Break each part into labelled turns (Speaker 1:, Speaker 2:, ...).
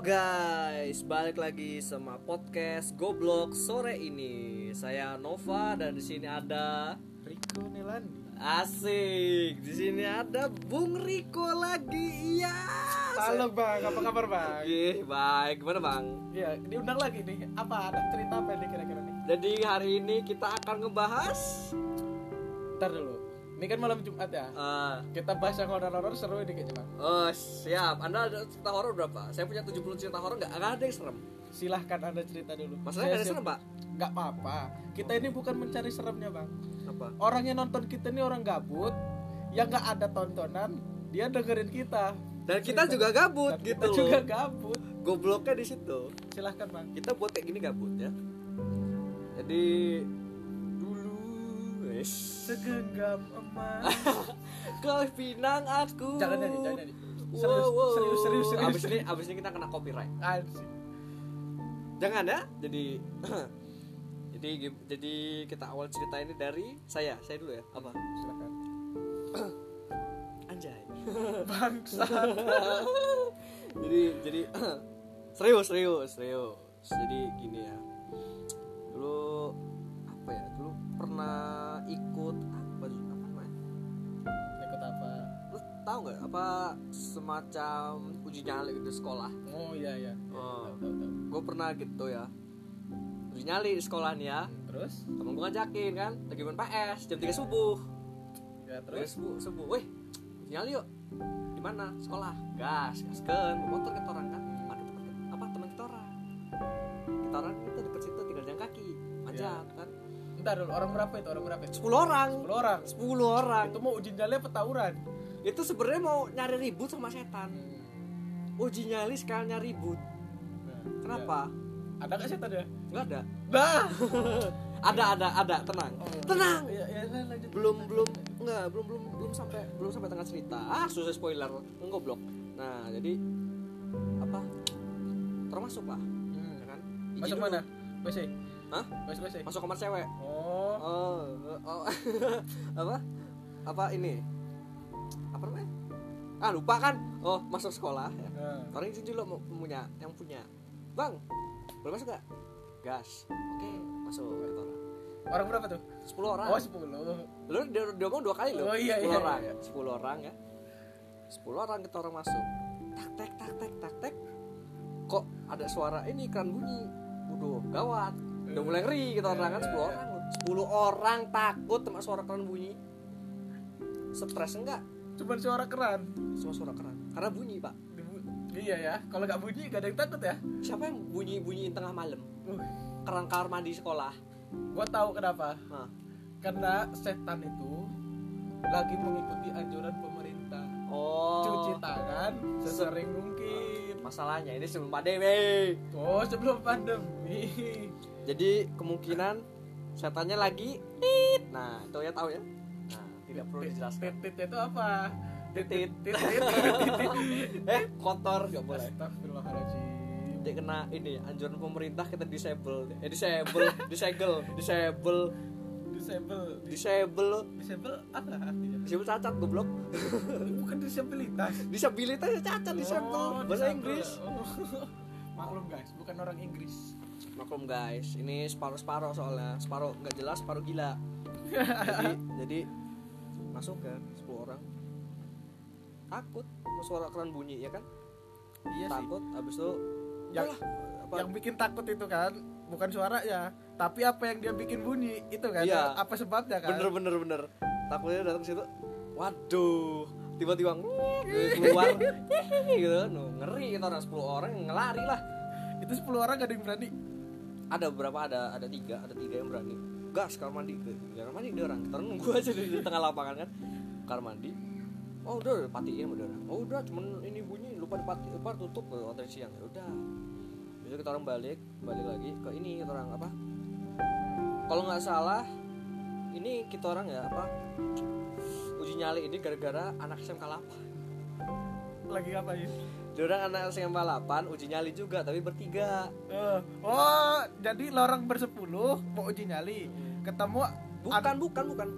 Speaker 1: guys, balik lagi sama podcast Goblok sore ini. Saya Nova dan di sini ada
Speaker 2: Rico Nelandi
Speaker 1: Asik. Di sini ada Bung Riko lagi. Iya.
Speaker 2: Halo bang, apa kabar bang?
Speaker 1: Oke, baik. Gimana, Bang?
Speaker 2: Ya, diundang lagi nih Apa, ada cerita apa nih kira-kira nih?
Speaker 1: Jadi hari ini kita akan ngebahas
Speaker 2: Ntar dulu, ini kan malam Jumat ya
Speaker 1: eh
Speaker 2: Kita bahas yang horor-horor seru ini kayaknya bang
Speaker 1: oh, siap. Anda ada cerita horor berapa? Saya punya 70 cerita horor nggak? Nggak ada yang serem.
Speaker 2: Silahkan anda cerita dulu
Speaker 1: Masalahnya nggak ada serem, Pak.
Speaker 2: Gak apa-apa, kita ini bukan mencari seremnya bang
Speaker 1: Apa?
Speaker 2: Orang yang nonton kita ini orang gabut Yang gak ada tontonan, dia dengerin kita
Speaker 1: Dan kita juga gabut
Speaker 2: Dan
Speaker 1: gitu
Speaker 2: Kita juga
Speaker 1: loh.
Speaker 2: gabut
Speaker 1: Gobloknya di situ.
Speaker 2: Silahkan bang
Speaker 1: kita buat kayak gini gabut ya jadi dulu wes
Speaker 2: Segenggam emas
Speaker 1: kau pinang aku
Speaker 2: Jangan nyanyi, jangan nyanyi Serius,
Speaker 1: Wow, wow.
Speaker 2: serius, serius, serius
Speaker 1: abis ini abis ini kita kena copyright
Speaker 2: Anjing.
Speaker 1: jangan ya jadi jadi gi- jadi kita awal cerita ini dari saya saya dulu ya apa
Speaker 2: Silahkan
Speaker 1: anjay
Speaker 2: Bangsat
Speaker 1: jadi jadi serius serius serius jadi gini ya dulu apa ya dulu pernah ikut apa apa namanya
Speaker 2: Ikut apa?
Speaker 1: lu tahu nggak apa semacam uji nyali gitu di sekolah
Speaker 2: Oh iya iya.
Speaker 1: Oh.
Speaker 2: Tahu, tahu, tahu.
Speaker 1: gue pernah gitu ya uji nyali di sekolah nih ya
Speaker 2: Hmm, Terus?
Speaker 1: temen gue ngajakin kan lagi main PS jam 3 subuh
Speaker 2: Ya
Speaker 1: terus
Speaker 2: terus.
Speaker 1: subuh subuh weh uji nyali yuk di mana sekolah gas gaskan bawa motor kita orang kan ada teman apa teman kita orang kita orang itu deket situ tinggal jalan kaki manjat
Speaker 2: Iya.
Speaker 1: kan
Speaker 2: Bentar dulu, orang berapa itu? Orang berapa itu?
Speaker 1: 10 orang
Speaker 2: 10 orang.
Speaker 1: 10 orang
Speaker 2: Itu mau uji nyali apa tawuran?
Speaker 1: itu sebenarnya mau nyari ribut sama setan uji nyali sekalian nyari ribut
Speaker 2: Hmm. Nah,
Speaker 1: kenapa
Speaker 2: ya. Ada nggak sih tadi? ya?
Speaker 1: nggak ada
Speaker 2: Nah.
Speaker 1: ada ada ada tenang tenang
Speaker 2: Iya iya iya, lanjut.
Speaker 1: belum belum nggak belum belum belum sampai belum sampai tengah cerita ah susah spoiler ngoblok nah jadi apa termasuk lah
Speaker 2: Hmm.
Speaker 1: ya kan
Speaker 2: Masuk
Speaker 1: dulu.
Speaker 2: mana? WC.
Speaker 1: Hah?
Speaker 2: WC WC.
Speaker 1: masuk kamar cewek
Speaker 2: Oh.
Speaker 1: oh, eh, oh. apa apa ini apa namanya ah lupa kan oh masuk sekolah ya.
Speaker 2: Nah.
Speaker 1: orang izin dulu mau- punya yang punya bang boleh masuk gak gas oke masuk gitu orang
Speaker 2: Orang berapa tuh?
Speaker 1: 10 orang
Speaker 2: Oh 10.
Speaker 1: lu dia, dia ngomong dua kali loh
Speaker 2: Oh, iya,
Speaker 1: 10
Speaker 2: iya,
Speaker 1: orang
Speaker 2: iya.
Speaker 1: 10 orang ya 10 orang kita orang masuk tak tek tak tek tak tek kok ada suara ini keran bunyi waduh gawat udah mulai ngeri kita
Speaker 2: Iya,
Speaker 1: orang kan
Speaker 2: iya,
Speaker 1: 10
Speaker 2: iya.
Speaker 1: orang loh. 10 orang takut sama suara keran bunyi stres enggak
Speaker 2: Cuman suara keran.
Speaker 1: sama suara keran karena bunyi pak
Speaker 2: Dibu- Iya ya, kalau nggak bunyi gak ada yang takut ya.
Speaker 1: siapa yang bunyi bunyiin tengah malam
Speaker 2: Uh,
Speaker 1: keran kamar mandi sekolah
Speaker 2: gua tahu kenapa.
Speaker 1: Hah.
Speaker 2: Karena setan itu lagi mengikuti anjuran pemerintah.
Speaker 1: oh
Speaker 2: cuci tangan sesering mungkin.
Speaker 1: masalahnya ini sebelum pandemi
Speaker 2: Oh, sebelum pandemi.
Speaker 1: Jadi kemungkinan setannya lagi tit. Nah, itu ya tahu ya. Nah, tidak perlu dijelaskan.
Speaker 2: Titit itu apa?
Speaker 1: Titit.
Speaker 2: Titit.
Speaker 1: Eh, kotor nggak boleh.
Speaker 2: Astagfirullahaladzim.
Speaker 1: Dia kena ini anjuran pemerintah kita disable. Eh disable, disegel, disable,
Speaker 2: Disable. Dis-
Speaker 1: disable.
Speaker 2: Disable apa artinya?
Speaker 1: Disable cacat goblok.
Speaker 2: Bukan disabilitas.
Speaker 1: Disabilitasnya cacat
Speaker 2: Oh,
Speaker 1: disable bahasa
Speaker 2: disable.
Speaker 1: Inggris.
Speaker 2: Oh. Maklum guys, bukan orang Inggris.
Speaker 1: Maklum guys, ini separuh-separuh soalnya. Separuh nggak jelas, separuh gila. jadi jadi masuk kan 10 orang. Takut mau suara keran bunyi ya kan?
Speaker 2: Iya
Speaker 1: takut habis itu
Speaker 2: Yang-
Speaker 1: "Udahlah, apa?"
Speaker 2: Yang bikin takut itu kan bukan suara ya, tapi apa yang dia bikin bunyi itu kan?
Speaker 1: Iya.
Speaker 2: Apa sebabnya kan?
Speaker 1: bener bener bener takutnya datang ke situ waduh tiba-tiba "Ngih," keluar gitu kan. ngeri kita orang 10 orang yang ngelari lah
Speaker 2: Itu 10 orang gak ada yang berani.
Speaker 1: ada berapa ada ada tiga ada tiga yang berani gas kamar mandi gitu. kamar mandi dia orang kita nunggu aja di, di tengah lapangan kan kamar mandi oh udah udah patiin udah udah. oh udah cuman ini bunyi lupa dipati lupa tutup ke hotel siang ya udah besok kita orang balik balik lagi ke ini kita orang apa kalau nggak salah ini kita orang ya apa uji nyali ini gara-gara anak SMK 8
Speaker 2: Lagi ngapain?
Speaker 1: dia orang anak SMK 8 uji nyali juga tapi bertiga
Speaker 2: Eh, oh, jadi lorong bersepuluh mau uji nyali,
Speaker 1: Hmm.
Speaker 2: ketemu
Speaker 1: Bukan, bukan, bukan.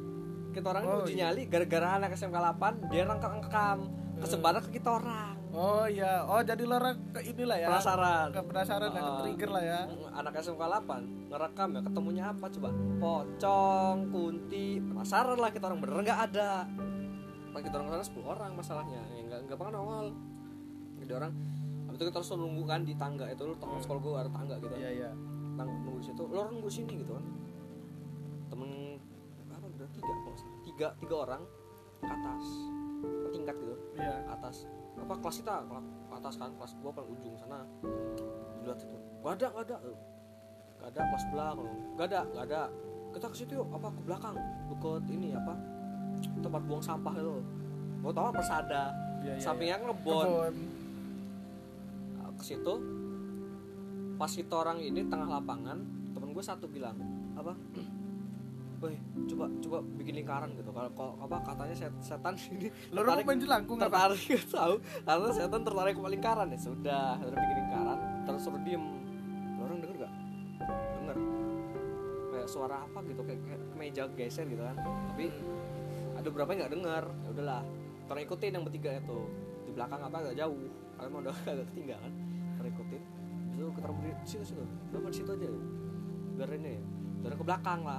Speaker 1: Kita orang
Speaker 2: Oh,
Speaker 1: uji
Speaker 2: iya. Hmm.
Speaker 1: nyali gara-gara anak SMK 8 dia rangkap angkam kesebaran ke kita orang.
Speaker 2: oh, Oh iya, oh jadi lo orang ke inilah ya.
Speaker 1: Penasaran.
Speaker 2: Ke penasaran lah, ke
Speaker 1: Ah.
Speaker 2: trigger lah ya.
Speaker 1: anak SMK 8 ngerekam ya ketemunya apa coba pocong kunti penasaran lah kita orang bener nggak ada Pak kita orang kesana 10 orang masalahnya ya nggak nggak pengen awal jadi orang habis itu kita harus nunggu kan di tangga itu lu tangga sekolah gue ada tangga gitu
Speaker 2: Hmm. Iya iya.
Speaker 1: tangga nunggu di situ lu orang nunggu sini gitu kan temen apa udah tiga kalau nggak salah. tiga tiga orang ke atas ke tingkat gitu
Speaker 2: Iya.
Speaker 1: ke atas apa kelas kita kela- ke atas kan kelas gua paling ujung sana dilihat itu gak ada gak ada Eh, gak ada kelas belah kalau gak ada gak ada kita ke situ yuk apa ke belakang deket ini apa tempat buang sampah itu mau tau apa persada
Speaker 2: Iya, iya,
Speaker 1: sampingnya ngebon
Speaker 2: Kebon.
Speaker 1: Nah, ke situ pas kita orang ini tengah lapangan temen gue satu bilang apa Weh, coba coba bikin lingkaran gitu kalau kalau- apa katanya set- setan ini
Speaker 2: Lo orang
Speaker 1: tertarik-
Speaker 2: main jelangkung apa?
Speaker 1: tertarik nggak tahu karena setan tertarik sama lingkaran ya sudah terus bikin lingkaran terus suruh diem Lu orang denger gak denger kayak suara apa gitu kayak, kayak meja geser gitu kan tapi ada beberapa yang nggak denger ya udahlah Terus ikutin yang bertiga itu di belakang apa agak jauh kalian mau udah agak ketinggalan Terus ikutin itu kita berdiri di situ situ Kenapa di situ aja biar ini terus ke belakang lah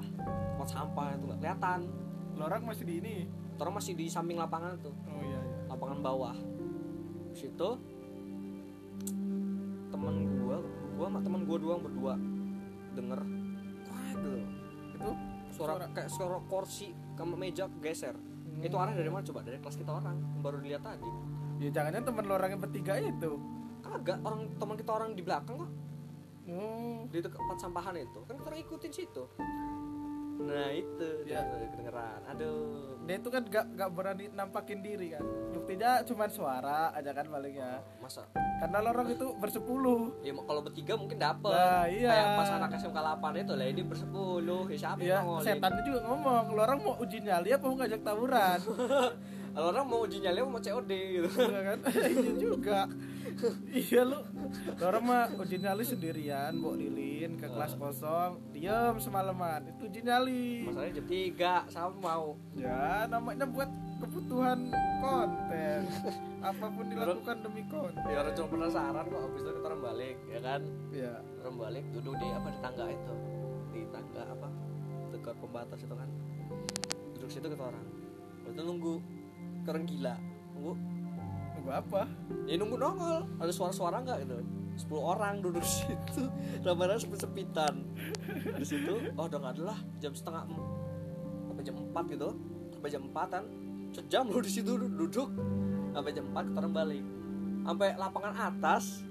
Speaker 1: tempat sampah itu nggak kelihatan
Speaker 2: Lo orang masih di ini.
Speaker 1: terus masih di samping lapangan tuh
Speaker 2: Oh iya iya.
Speaker 1: lapangan bawah Di situ temen gua gua sama temen gua doang berdua denger waduh
Speaker 2: Itu
Speaker 1: suara,
Speaker 2: Suara. Hmm.
Speaker 1: kayak suara kursi ke meja geser itu arah dari mana coba dari kelas kita orang yang baru dilihat tadi
Speaker 2: Ya jangannya teman lo orang yang bertiga itu.
Speaker 1: kagak orang teman kita orang di belakang kok
Speaker 2: Oh.
Speaker 1: di dekat tempat sampahan itu kan kita ikutin situ nah itu
Speaker 2: Iya.
Speaker 1: dia kedengeran aduh
Speaker 2: Dia itu kan gak, gak berani nampakin diri kan. Buktinya cuman suara aja kan palingnya.
Speaker 1: masa
Speaker 2: Karena lo orang itu bersepuluh.
Speaker 1: ya kalau bertiga mungkin dapet
Speaker 2: Nah, iya.
Speaker 1: kayak pas anak SMK 8 itu lah ini bersepuluh ya siapa yang
Speaker 2: Iya,
Speaker 1: ngolin?
Speaker 2: setannya juga ngomong, lo orang mau uji nyali apa mau ngajak tawuran?
Speaker 1: Kalau orang mau uji nyali mau COD gitu.
Speaker 2: Iya kan? Iya juga. iya lu. Lo orang mah uji nyali sendirian, bawa lilin ke kelas kosong, diam semalaman. Itu uji nyali.
Speaker 1: Masalahnya jam 3 sama mau.
Speaker 2: Ya, namanya buat kebutuhan konten. Apapun dilakukan demi konten.
Speaker 1: Ya orang cuma penasaran kok habis itu kita orang balik ya kan.
Speaker 2: Ya.
Speaker 1: Orang balik duduk di apa di tangga itu. Di tangga apa? Dekat pembatas itu kan. Duduk situ kita orang. Lalu itu nunggu Kita orang gila. Nunggu
Speaker 2: Nunggu apa?
Speaker 1: ya nunggu nongol ada suara-suara nggak gitu 10 orang duduk di situ ramalan sepi-sepitan di situ oh udah nggak ada lah jam setengah em- sampai jam 4 gitu sampai jam 4an sejam lu di situ duduk, duduk sampai jam 4 kita orang balik sampai lapangan atas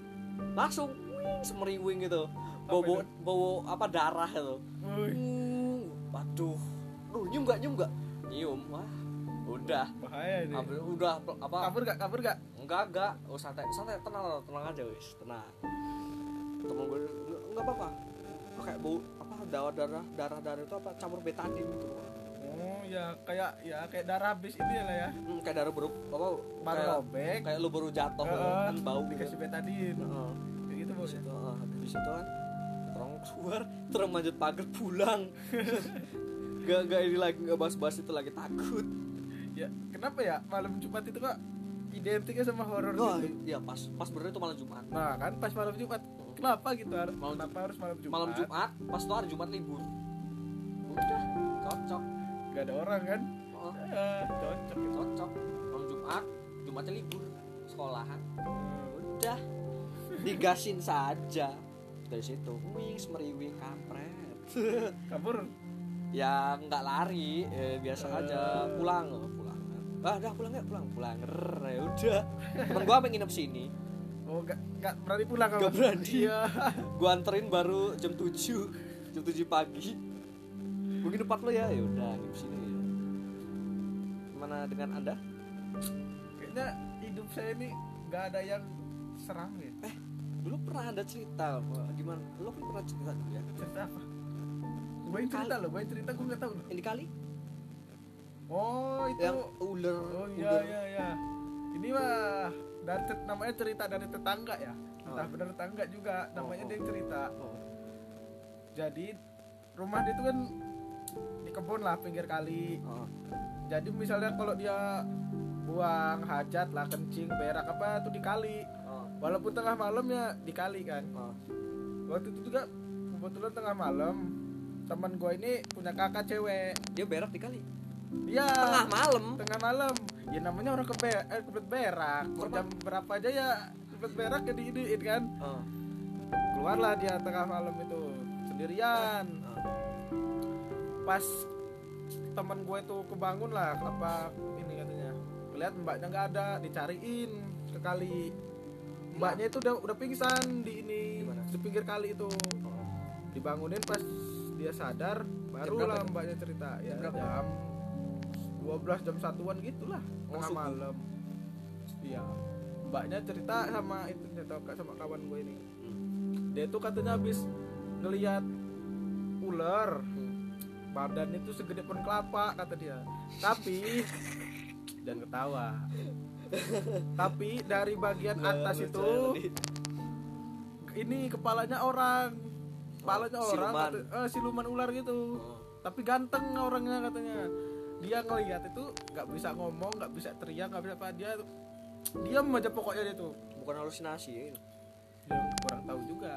Speaker 1: langsung wing, semeriwing gitu bobo bobo apa darah itu
Speaker 2: Wih,
Speaker 1: Hmm, waduh Duh, nyium nggak nyium nggak nyium wah udah
Speaker 2: bahaya ini.
Speaker 1: Abis- udah apa
Speaker 2: Kabur gak? Kabur gak?
Speaker 1: enggak enggak oh santai santai tenang tenang, tenang aja wis tenang temen gue "Nggak- nggak apa apa kayak bau apa darah darah darah darah itu apa campur betadin gitu
Speaker 2: Oh ya kayak ya kayak darah habis itu ya lah ya.
Speaker 1: hmm, kayak darah baru apa
Speaker 2: Baru
Speaker 1: kayak,
Speaker 2: robek,
Speaker 1: kayak lu baru jatuh
Speaker 2: Heeh.
Speaker 1: gitu, kan bau gitu
Speaker 2: dikasih betadin.
Speaker 1: Heeh.
Speaker 2: Kayak gitu bos.
Speaker 1: Habis itu, heeh, habis itu kan terong keluar terong manjat pagar pulang gak gak ini lagi gak bahas bahas itu lagi takut
Speaker 2: Ya, kenapa ya malam Jumat itu kok identiknya sama horor
Speaker 1: Wah,
Speaker 2: gitu?
Speaker 1: ya pas pas bener itu malam jumat
Speaker 2: Nah, kan pas malam Jumat. Kenapa gitu? Har-
Speaker 1: Malam Jumat.
Speaker 2: kenapa harus malam Jumat?
Speaker 1: malam jumat pas itu hari jumat libur udah cocok
Speaker 2: Gak ada orang kan?
Speaker 1: Heeh.
Speaker 2: Eh, cocok gitu.
Speaker 1: Oh, cocok malam Jumat Jumatnya libur sekolahan udah digasin saja dari situ wing semeriwing kampret
Speaker 2: Kabur.
Speaker 1: ya nggak lari eh, biasa aja pulang oh, pulang ah udah pulang ya pulang pulang Rrr, ya udah temen gua pengen nginep sini
Speaker 2: Oh, gak, gak berani pulang kamu.
Speaker 1: Gak berani.
Speaker 2: Iya.
Speaker 1: gua anterin baru jam 7 jam 7 pagi mungkin tempat lo ya ya udah nginep sini ya. gimana dengan anda
Speaker 2: Kayaknya hidup saya ini gak ada yang serang ya.
Speaker 1: eh dulu pernah ada cerita Pak. gimana lo kan pernah cerita dulu ya
Speaker 2: Cerita apa? Gue yang cerita loh, gue yang cerita gue gak tau loh.
Speaker 1: yang di kali
Speaker 2: Oh, itu.
Speaker 1: yang ular
Speaker 2: Oh iya
Speaker 1: ular
Speaker 2: iya iya. Ini mah dari tet- namanya cerita dari tetangga ya. Entah
Speaker 1: Oh.
Speaker 2: benar tetangga juga namanya
Speaker 1: Oh, oh.
Speaker 2: dia cerita.
Speaker 1: Oh.
Speaker 2: Jadi rumah dia itu kan di kebun lah pinggir kali.
Speaker 1: Oh.
Speaker 2: Jadi misalnya kalau dia buang hajat lah kencing berak apa tuh dikali
Speaker 1: Oh,
Speaker 2: walaupun tengah malam ya dikali kan
Speaker 1: oh.
Speaker 2: waktu itu juga kebetulan tengah malam teman gue ini punya kakak cewek
Speaker 1: dia berak dikali
Speaker 2: ya
Speaker 1: tengah malam
Speaker 2: tengah malam ya namanya orang kebe eh, kebelet berak Mau jam berapa aja ya kebelet berak jadi ini kan
Speaker 1: oh.
Speaker 2: keluarlah dia tengah malam itu sendirian
Speaker 1: oh.
Speaker 2: pas teman gue itu kebangun lah apa ini katanya lihat mbaknya nggak ada dicariin ke kali mbaknya itu udah udah pingsan di
Speaker 1: Di
Speaker 2: ini
Speaker 1: mana?
Speaker 2: di pinggir kali itu dibangunin pas dia sadar baru
Speaker 1: berapa
Speaker 2: lah
Speaker 1: itu?
Speaker 2: mbaknya cerita
Speaker 1: Jam
Speaker 2: ya
Speaker 1: berapa?
Speaker 2: jam 12 jam satuan gitulah
Speaker 1: Oh,
Speaker 2: tengah
Speaker 1: subuh.
Speaker 2: malam iya mbaknya cerita sama itu cerita sama kawan gue ini
Speaker 1: Hmm.
Speaker 2: dia itu katanya habis ngelihat ular
Speaker 1: Hmm.
Speaker 2: badannya tuh segede pohon kelapa kata dia tapi dan ketawa tapi dari bagian atas
Speaker 1: Lucu
Speaker 2: itu
Speaker 1: ya tadi.
Speaker 2: ini kepalanya orang kepalanya
Speaker 1: Oh,
Speaker 2: orang
Speaker 1: siluman.
Speaker 2: kata- eh, siluman ular gitu
Speaker 1: Oh.
Speaker 2: tapi ganteng orangnya katanya dia ngelihat itu nggak bisa ngomong nggak bisa teriak nggak bisa apa dia diam aja pokoknya dia tuh
Speaker 1: bukan halusinasi ya itu.
Speaker 2: dia kurang tahu juga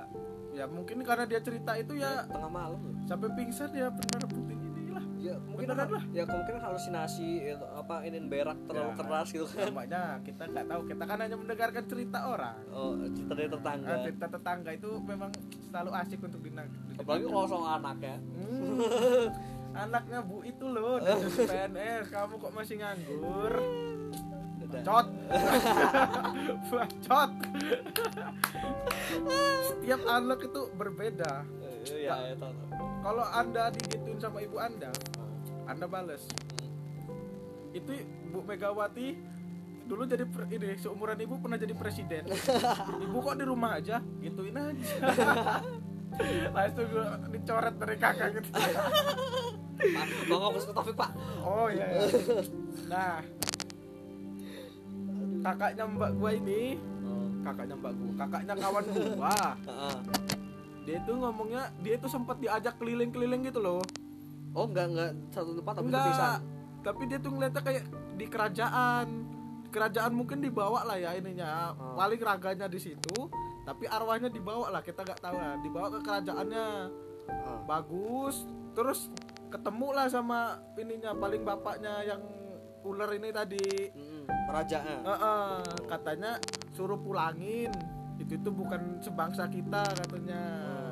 Speaker 2: ya mungkin karena dia cerita itu ya
Speaker 1: tengah malam loh.
Speaker 2: sampai pingsan ya benar putih inilah
Speaker 1: ya mungkin
Speaker 2: Beneran
Speaker 1: hal-
Speaker 2: lah.
Speaker 1: ya kemungkinan halusinasi itu, apa ini berak terlalu
Speaker 2: Ya.
Speaker 1: keras gitu kan
Speaker 2: Nampaknya kita nggak tahu, kita kan hanya mendengarkan cerita orang.
Speaker 1: oh cerita dari tetangga
Speaker 2: Nah, cerita tetangga itu memang selalu asik untuk dinang.
Speaker 1: apalagi kalau soal anak ya
Speaker 2: Hmm, anaknya Bu itu loh, dari PNS, kamu kok masih nganggur?
Speaker 1: Dadah.
Speaker 2: Bacot. Bacot. Setiap anak itu berbeda.
Speaker 1: Eh, ya ya tahu tahu.
Speaker 2: Kalau Anda digituin sama ibu Anda, Anda bales. Itu Bu Megawati dulu jadi pre- ini seumuran ibu pernah jadi presiden. Ibu kok di rumah aja? Gituin aja. Langsung gue dicoret dari kakak gitu.
Speaker 1: Pak, bang fokus ke topik pak
Speaker 2: Oh iya. iya. Nah, kakaknya mbak gua ini,
Speaker 1: oh.
Speaker 2: kakaknya mbak gua, kakaknya kawan gua.
Speaker 1: Heeh.
Speaker 2: Dia itu ngomongnya, dia itu sempat diajak keliling-keliling gitu loh.
Speaker 1: oh enggak enggak satu tempat tapi
Speaker 2: Enggak,
Speaker 1: terpisah
Speaker 2: tapi dia tuh ngeliatnya kayak di kerajaan. Kerajaan mungkin dibawa lah ya ininya.
Speaker 1: Oh.
Speaker 2: Paling raganya di situ, tapi arwahnya dibawa lah. Kita nggak tahu lah. Dibawa ke kerajaannya.
Speaker 1: Oh.
Speaker 2: Bagus. Terus ketemu lah sama ininya paling bapaknya yang ular ini tadi.
Speaker 1: Mm-mm. Rajanya.
Speaker 2: Heeh, katanya suruh pulangin. Itu itu bukan sebangsa kita katanya.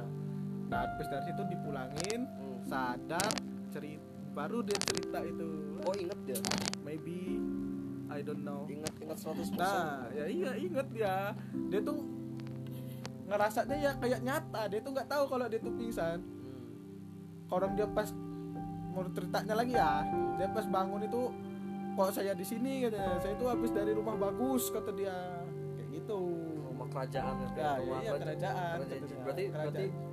Speaker 1: Oh.
Speaker 2: Nah, habis dari situ dipulangin,
Speaker 1: Hmm.
Speaker 2: sadar, cerita baru dia cerita itu
Speaker 1: oh inget dia
Speaker 2: maybe I don't know
Speaker 1: inget inget 100%
Speaker 2: nah ya iya inget ya dia tuh ngerasanya ya kayak nyata dia tuh nggak tahu kalau dia tuh pingsan
Speaker 1: Hmm.
Speaker 2: orang dia pas mau ceritanya lagi ya dia pas bangun itu kok saya di sini katanya saya itu habis dari rumah bagus kata dia kayak gitu
Speaker 1: rumah kerajaan
Speaker 2: ya,
Speaker 1: rumah
Speaker 2: iya,
Speaker 1: kerajaan.
Speaker 2: iya, kerajaan,
Speaker 1: Kerajaan.
Speaker 2: kerajaan.
Speaker 1: berarti berarti
Speaker 2: Kerajaan.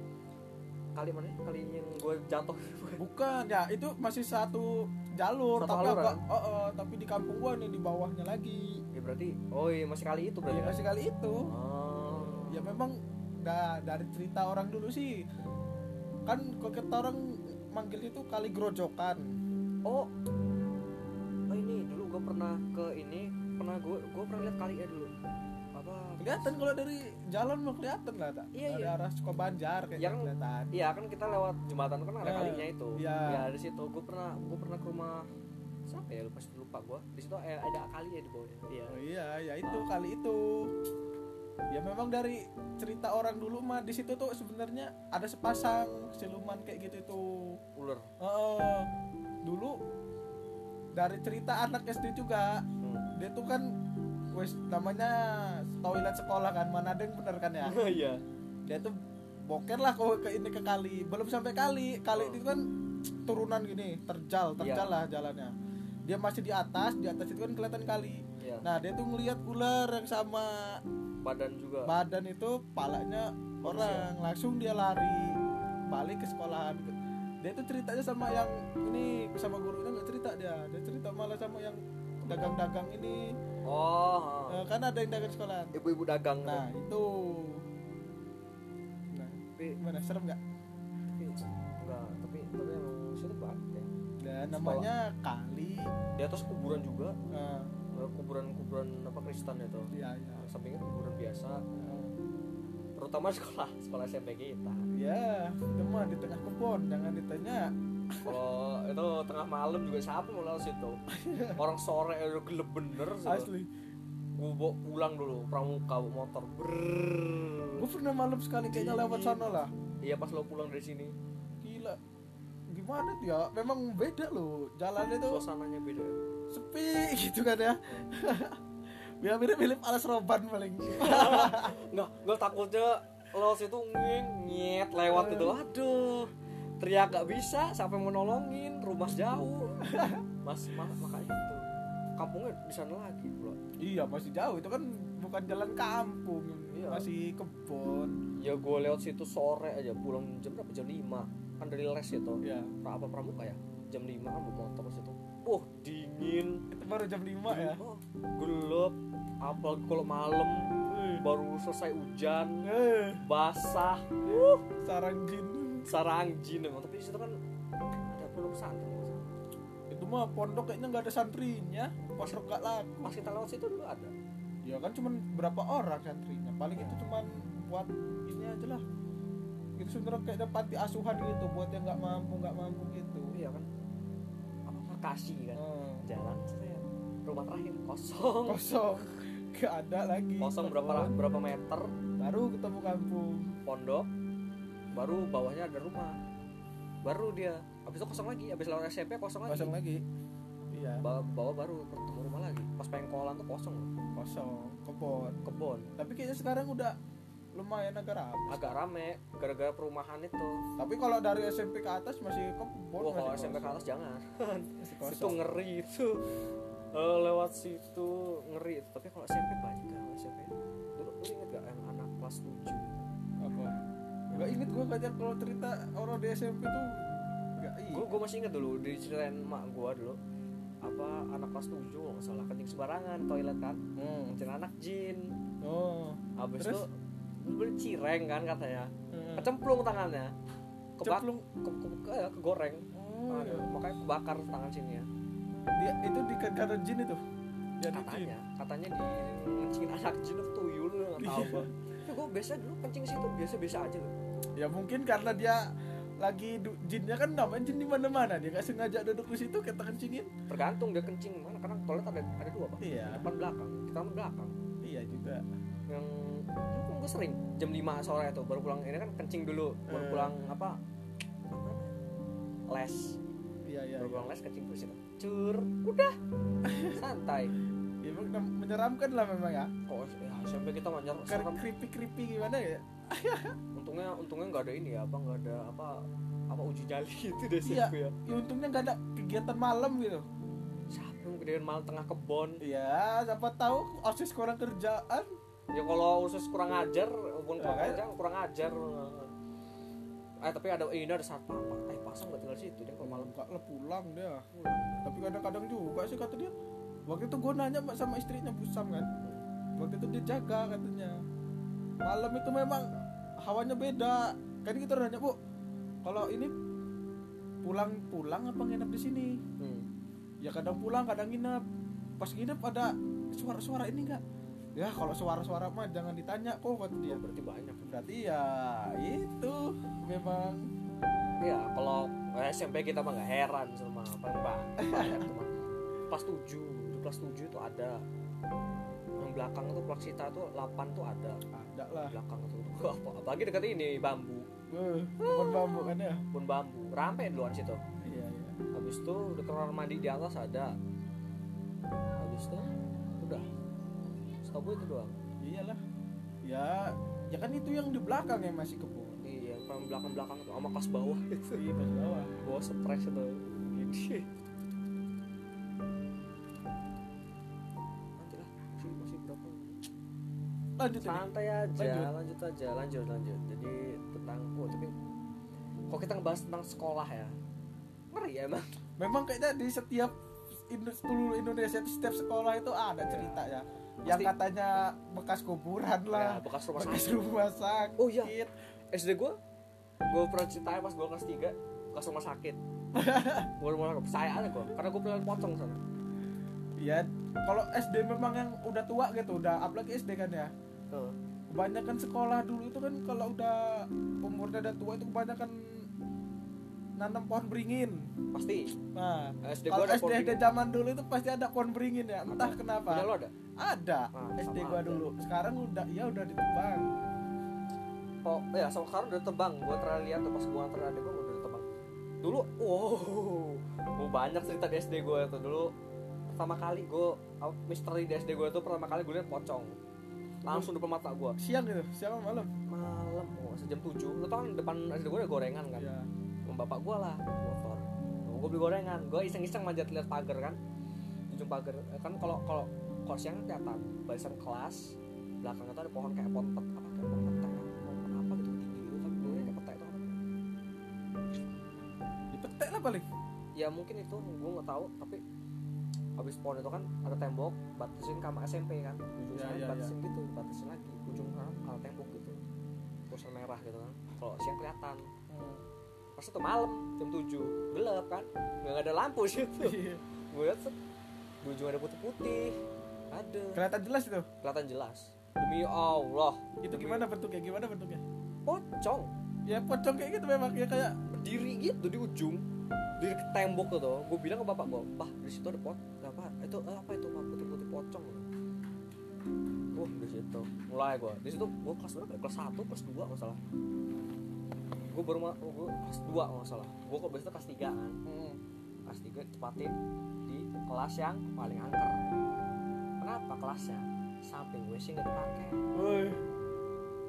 Speaker 1: kali mana kali yang gue jatuh
Speaker 2: bukan ya itu masih satu jalur
Speaker 1: Satu
Speaker 2: tapi
Speaker 1: alur,
Speaker 2: agak- oh, oh, tapi di kampung gua nih di bawahnya lagi
Speaker 1: ya berarti oh iya masih kali itu berarti
Speaker 2: ya
Speaker 1: kan?
Speaker 2: kasih kali itu
Speaker 1: oh
Speaker 2: ya memang da- dari cerita orang dulu sih kan kalau kata orang manggil itu kali grojokan
Speaker 1: oh oh ini dulu gue pernah ke ini pernah gue gue pernah lihat kali ya dulu apa
Speaker 2: kelihatan kalau dari jalan mah kelihatan lah tak
Speaker 1: Iya,
Speaker 2: dari
Speaker 1: iya.
Speaker 2: arah Sukobanjar kayak
Speaker 1: Yang-
Speaker 2: kelihatan
Speaker 1: Iya kan kita lewat jembatan kan ada
Speaker 2: Ya.
Speaker 1: kalinya itu.
Speaker 2: Ya.
Speaker 1: Ya di situ gue pernah gue pernah ke rumah siapa ya lupa lupa gue. Di situ eh, ada kalinya di bawahnya. Iya.
Speaker 2: Oh iya ya itu kali itu ya memang dari cerita orang dulu mah di situ tuh sebenarnya ada sepasang siluman kayak gitu itu
Speaker 1: Ular.
Speaker 2: Heeh. dulu dari cerita anak SD juga
Speaker 1: Hmm.
Speaker 2: dia tuh kan wes namanya toilet sekolah kan mana ada yang bener kan ya
Speaker 1: Iya.
Speaker 2: dia tuh boker lah ke, ke ini ke kali belum sampai kali kali
Speaker 1: Oh.
Speaker 2: itu kan turunan gini terjal terjal
Speaker 1: Iya.
Speaker 2: lah jalannya dia masih di atas di atas itu kan kelihatan kali
Speaker 1: Iya.
Speaker 2: nah dia tuh ngelihat ular yang sama
Speaker 1: Badan juga.
Speaker 2: badan itu palanya
Speaker 1: Iya.
Speaker 2: orang langsung dia lari balik ke sekolahan dia tuh ceritanya sama yang ini sama gurunya nggak cerita dia dia cerita malah sama yang dagang-dagang ini
Speaker 1: oh. ha.
Speaker 2: Eh, kan ada yang dagang sekolahan
Speaker 1: Ibu-ibu dagang.
Speaker 2: nah itu nah
Speaker 1: Tapi
Speaker 2: gimana serem nggak
Speaker 1: tapi enggak tapi tapi emang situ banget ya.
Speaker 2: ya namanya kali
Speaker 1: di atas kuburan juga
Speaker 2: eh,
Speaker 1: kuburan kuburan apa Kristen itu
Speaker 2: iya iya
Speaker 1: sampingnya kuburan biasa
Speaker 2: Eh,
Speaker 1: terutama sekolah sekolah SMP kita
Speaker 2: Ya, itu mah di tengah kebun, jangan ditanya.
Speaker 1: kalau itu tengah malam juga siapa mau lewat situ orang sore udah gelap bener sih
Speaker 2: Asli.
Speaker 1: gue bawa pulang dulu pramuka bawa motor
Speaker 2: Gue
Speaker 1: Brrrr.
Speaker 2: pernah malam sekali kayaknya lewat sana lah.
Speaker 1: iya pas lo pulang dari sini
Speaker 2: Gila. Gimana tuh ya? Memang beda loh. Jalannya tuh
Speaker 1: suasananya beda
Speaker 2: sepi gitu kan ya. Ya mirip-mirip alas roban paling.
Speaker 1: nggak gue takutnya lo situ nging nyet lewat gitu aduh teriak gak bisa siapa yang mau nolongin rumah jauh mas ma- makanya gitu kampungnya di sana lagi bro
Speaker 2: iya, masih jauh. Itu kan bukan jalan kampung.
Speaker 1: Iya.
Speaker 2: Masih kebun.
Speaker 1: ya gue lewat situ sore aja pulang jam berapa jam 5 kan dari les itu
Speaker 2: Ya,
Speaker 1: pra apa pramuka ya jam 5 kan bawa motor ke situ oh dingin
Speaker 2: itu baru jam 5 ya.
Speaker 1: Oh, gelap apalagi kalau malam
Speaker 2: Eh.
Speaker 1: baru selesai hujan
Speaker 2: Eh,
Speaker 1: basah
Speaker 2: sarang jin.
Speaker 1: sarang jin emang tapi di situ kan ada pondok pesantren kalau nggak salah.
Speaker 2: Itu mah pondok kayaknya nggak ada santrinya. Pondok gak laku.
Speaker 1: pas kita lewat situ dulu ada
Speaker 2: ya kan cuman berapa orang santrinya paling itu cuman buat ini aja lah itu sebenarnya kayak ada panti asuhan gitu buat yang nggak mampu nggak mampu gitu
Speaker 1: iya kan apa Bekasi kan
Speaker 2: Hmm.
Speaker 1: jalan set. rumah terakhir kosong
Speaker 2: kosong nggak ada lagi
Speaker 1: kosong berapa berapa meter
Speaker 2: baru ketemu kampung
Speaker 1: pondok baru bawahnya ada rumah baru dia habis itu kosong lagi habis lewat SMP kosong lagi
Speaker 2: kosong lagi iya
Speaker 1: Ba- bawah baru ketemu rumah lagi pas pengkolan tuh kosong loh.
Speaker 2: kosong kebon
Speaker 1: kebon
Speaker 2: tapi kayaknya sekarang udah lumayan agak rapi
Speaker 1: agak rame gara-gara perumahan itu
Speaker 2: tapi kalau dari SMP ke atas masih kebon
Speaker 1: wah kalau
Speaker 2: masih
Speaker 1: SMP ke
Speaker 2: kosong.
Speaker 1: atas jangan
Speaker 2: masih
Speaker 1: situ
Speaker 2: kosong
Speaker 1: ngeri itu Eh, lewat situ ngeri tapi kalau SMP banyak kan kalau SMP dulu lu inget gak yang anak kelas 7
Speaker 2: apa nggak inget gua kayaknya kalau cerita orang di SMP tuh nggak inget
Speaker 1: gue masih inget dulu diceritain mak gue dulu apa anak kelas 7 kalau nggak salah kencing sembarangan toilet kan
Speaker 2: Hmm.
Speaker 1: kencing anak jin
Speaker 2: Oh.
Speaker 1: habis itu
Speaker 2: Terus?
Speaker 1: beli cireng kan katanya
Speaker 2: Hmm.
Speaker 1: kecemplung tangannya kebak
Speaker 2: Ceplung.
Speaker 1: ke, ke, ke- kegoreng
Speaker 2: Oh,
Speaker 1: Ada,
Speaker 2: iya.
Speaker 1: makanya kebakar tangan sini ya
Speaker 2: Dia itu di karena jin itu. Jadi jin.
Speaker 1: katanya katanya di kencingin anak jin itu tuyul nggak tahu
Speaker 2: Iya.
Speaker 1: gua tapi gue biasa dulu kencing situ biasa biasa aja loh
Speaker 2: Ya mungkin karena dia lagi du- jinnya kan namanya jin di mana-mana dia nggak sengaja duduk di situ kita kencingin.
Speaker 1: tergantung dia kencing mana karena toilet ada ada dua pak
Speaker 2: Iya.
Speaker 1: depan belakang kita kan belakang
Speaker 2: Iya juga.
Speaker 1: yang gue sering jam 5 sore tuh baru pulang ini kan kencing dulu baru
Speaker 2: Eh.
Speaker 1: pulang apa apa les
Speaker 2: Iya iya.
Speaker 1: baru
Speaker 2: iya.
Speaker 1: pulang les kencing dulu situ cur udah santai
Speaker 2: Ya, emang nam- menyeramkan lah memang ya.
Speaker 1: kok ya, SMP kita manjar
Speaker 2: Karena
Speaker 1: serem
Speaker 2: creepy creepy gimana ya?
Speaker 1: untungnya untungnya nggak ada ini ya apa nggak ada apa apa uji nyali itu deh
Speaker 2: Iya.
Speaker 1: SMP ya
Speaker 2: Ya untungnya nggak ada kegiatan malam gitu.
Speaker 1: siapa yang gedean malam tengah kebon
Speaker 2: Iya, siapa tahu osis kurang kerjaan.
Speaker 1: ya kalau usus kurang ajar bukan kurang
Speaker 2: Ya kan?
Speaker 1: ajar kurang ajar eh tapi ada ini ada satpam pak eh pasang nggak tinggal situ dia kalau malam Hmm.
Speaker 2: Oh, Malam nggak lah pulang dia. tapi kadang-kadang juga sih kata dia waktu itu gue nanya sama- sama istrinya Busam kan waktu itu dia jaga katanya malam itu memang hawanya beda kan kita nanya bu kalau ini pulang-pulang apa nginep di sini
Speaker 1: hmm.
Speaker 2: ya kadang pulang kadang nginep pas nginep ada suara-suara ini enggak ya kalau suara-suara mah jangan ditanya kok kata dia
Speaker 1: ya berarti banyak
Speaker 2: berarti ya itu memang
Speaker 1: ya kalau eh, SMP kita mah nggak heran sama apa yang bang banyak tuh mah kelas tujuh di kelas tujuh itu ada yang belakang itu plaksita tuh 8 tuh ada
Speaker 2: ada
Speaker 1: Di
Speaker 2: lah
Speaker 1: belakang itu apa apalagi dekat ini bambu
Speaker 2: Eh, pohon bambu kan ya
Speaker 1: pun bambu rampe duluan situ
Speaker 2: iya iya
Speaker 1: habis itu di kamar mandi di atas ada habis itu udah setahu gue itu doang
Speaker 2: Iyalah. Ya, ya kan itu yang di belakang yang masih kebun.
Speaker 1: iya yang paling belakang belakang tuh sama kelas bawah itu
Speaker 2: Di pas bawah.
Speaker 1: bawah stres itu gini nanti lah masih masih berapa
Speaker 2: Lanjut ini.
Speaker 1: santai aja
Speaker 2: Lanjut.
Speaker 1: lanjut aja lanjut lanjut jadi tentang oh tapi kalau kita ngebahas tentang sekolah ya ngeri ya emang
Speaker 2: Memang kayaknya di setiap Indo- seluruh Indonesia di setiap sekolah itu ada cerita ya. Yang
Speaker 1: Pasti.
Speaker 2: katanya bekas kuburan
Speaker 1: ya,
Speaker 2: lah.
Speaker 1: bekas rumah sakit
Speaker 2: bekas rumah sakit.
Speaker 1: Oh, iya. SD gue gue pernah ceritain pas gue kelas 3 kelas rumah sakit Gue malah saya ada gue, karena gue pernah potong sana.
Speaker 2: ya kalau SD memang yang udah tua gitu udah apalagi SD kan ya kebanyakan sekolah dulu itu kan kalau udah umurnya udah tua itu kebanyakan nanam pohon beringin
Speaker 1: Pasti.
Speaker 2: nah
Speaker 1: SD Ya, gua
Speaker 2: kalau
Speaker 1: ada pohon
Speaker 2: SD SD
Speaker 1: beringin.
Speaker 2: zaman dulu itu pasti ada pohon beringin ya entah kenapa
Speaker 1: Punya lo ada?
Speaker 2: ada
Speaker 1: Ah,
Speaker 2: SD
Speaker 1: sama
Speaker 2: gua
Speaker 1: ada.
Speaker 2: dulu sekarang udah ya udah ditebang
Speaker 1: Oh ya sama sekarang udah tebang. Gue terakhir lihat tuh pas gue antar adik gue udah tebang. Dulu, wow, oh, banyak cerita di SD gue tuh dulu. Pertama kali gue misteri di SD gue tuh pertama kali gue liat pocong. Langsung depan mata gue.
Speaker 2: siang gitu siang apa malam
Speaker 1: Malam, oh, sejam tujuh. Lo tau kan depan SD gue ada gorengan kan?
Speaker 2: ya
Speaker 1: sama bapak gue lah motor gue beli gorengan gue iseng-iseng manjat lihat pagar kan di ujung pagar Eh, kan kalau kalau kalau siang kelihatan barisan kelas belakangnya tuh ada pohon kayak pohon pet apa kayak pohon petai pohon apa gitu tinggi gitu tapi dulunya kayak petai itu apa
Speaker 2: dipetek lah paling
Speaker 1: ya mungkin itu gue nggak tahu tapi habis pohon itu kan ada tembok batasin kamar SMP kan ujung
Speaker 2: Ya,
Speaker 1: sana
Speaker 2: ya,
Speaker 1: batasin gitu batasin lagi ujung sana ada tembok gitu tulisan merah gitu kan kalau siang kelihatan pas itu malam jam 7 gelap kan nggak ada lampu situ
Speaker 2: Iya.
Speaker 1: gue liat set di ujung ada putih-putih ada
Speaker 2: kelihatan jelas itu
Speaker 1: kelihatan jelas demi Allah
Speaker 2: itu
Speaker 1: Demi-
Speaker 2: gimana bentuknya gimana bentuknya
Speaker 1: pocong
Speaker 2: ya pocong kayak gitu memang ya kayak
Speaker 1: berdiri gitu di ujung di deket tembok gitu gue bilang ke bapak gue bah di situ ada pot apa itu eh, apa itu Pak? putih-putih pocong Wah di situ mulai gue di situ gue kelas berapa ya? kelas satu kelas dua nggak salah gue baru ma- gue kelas dua nggak salah gue kok biasanya kelas tiga kan kelas 3 tempatin di kelas yang paling angker kenapa kelasnya samping WC nggak dipakai
Speaker 2: woi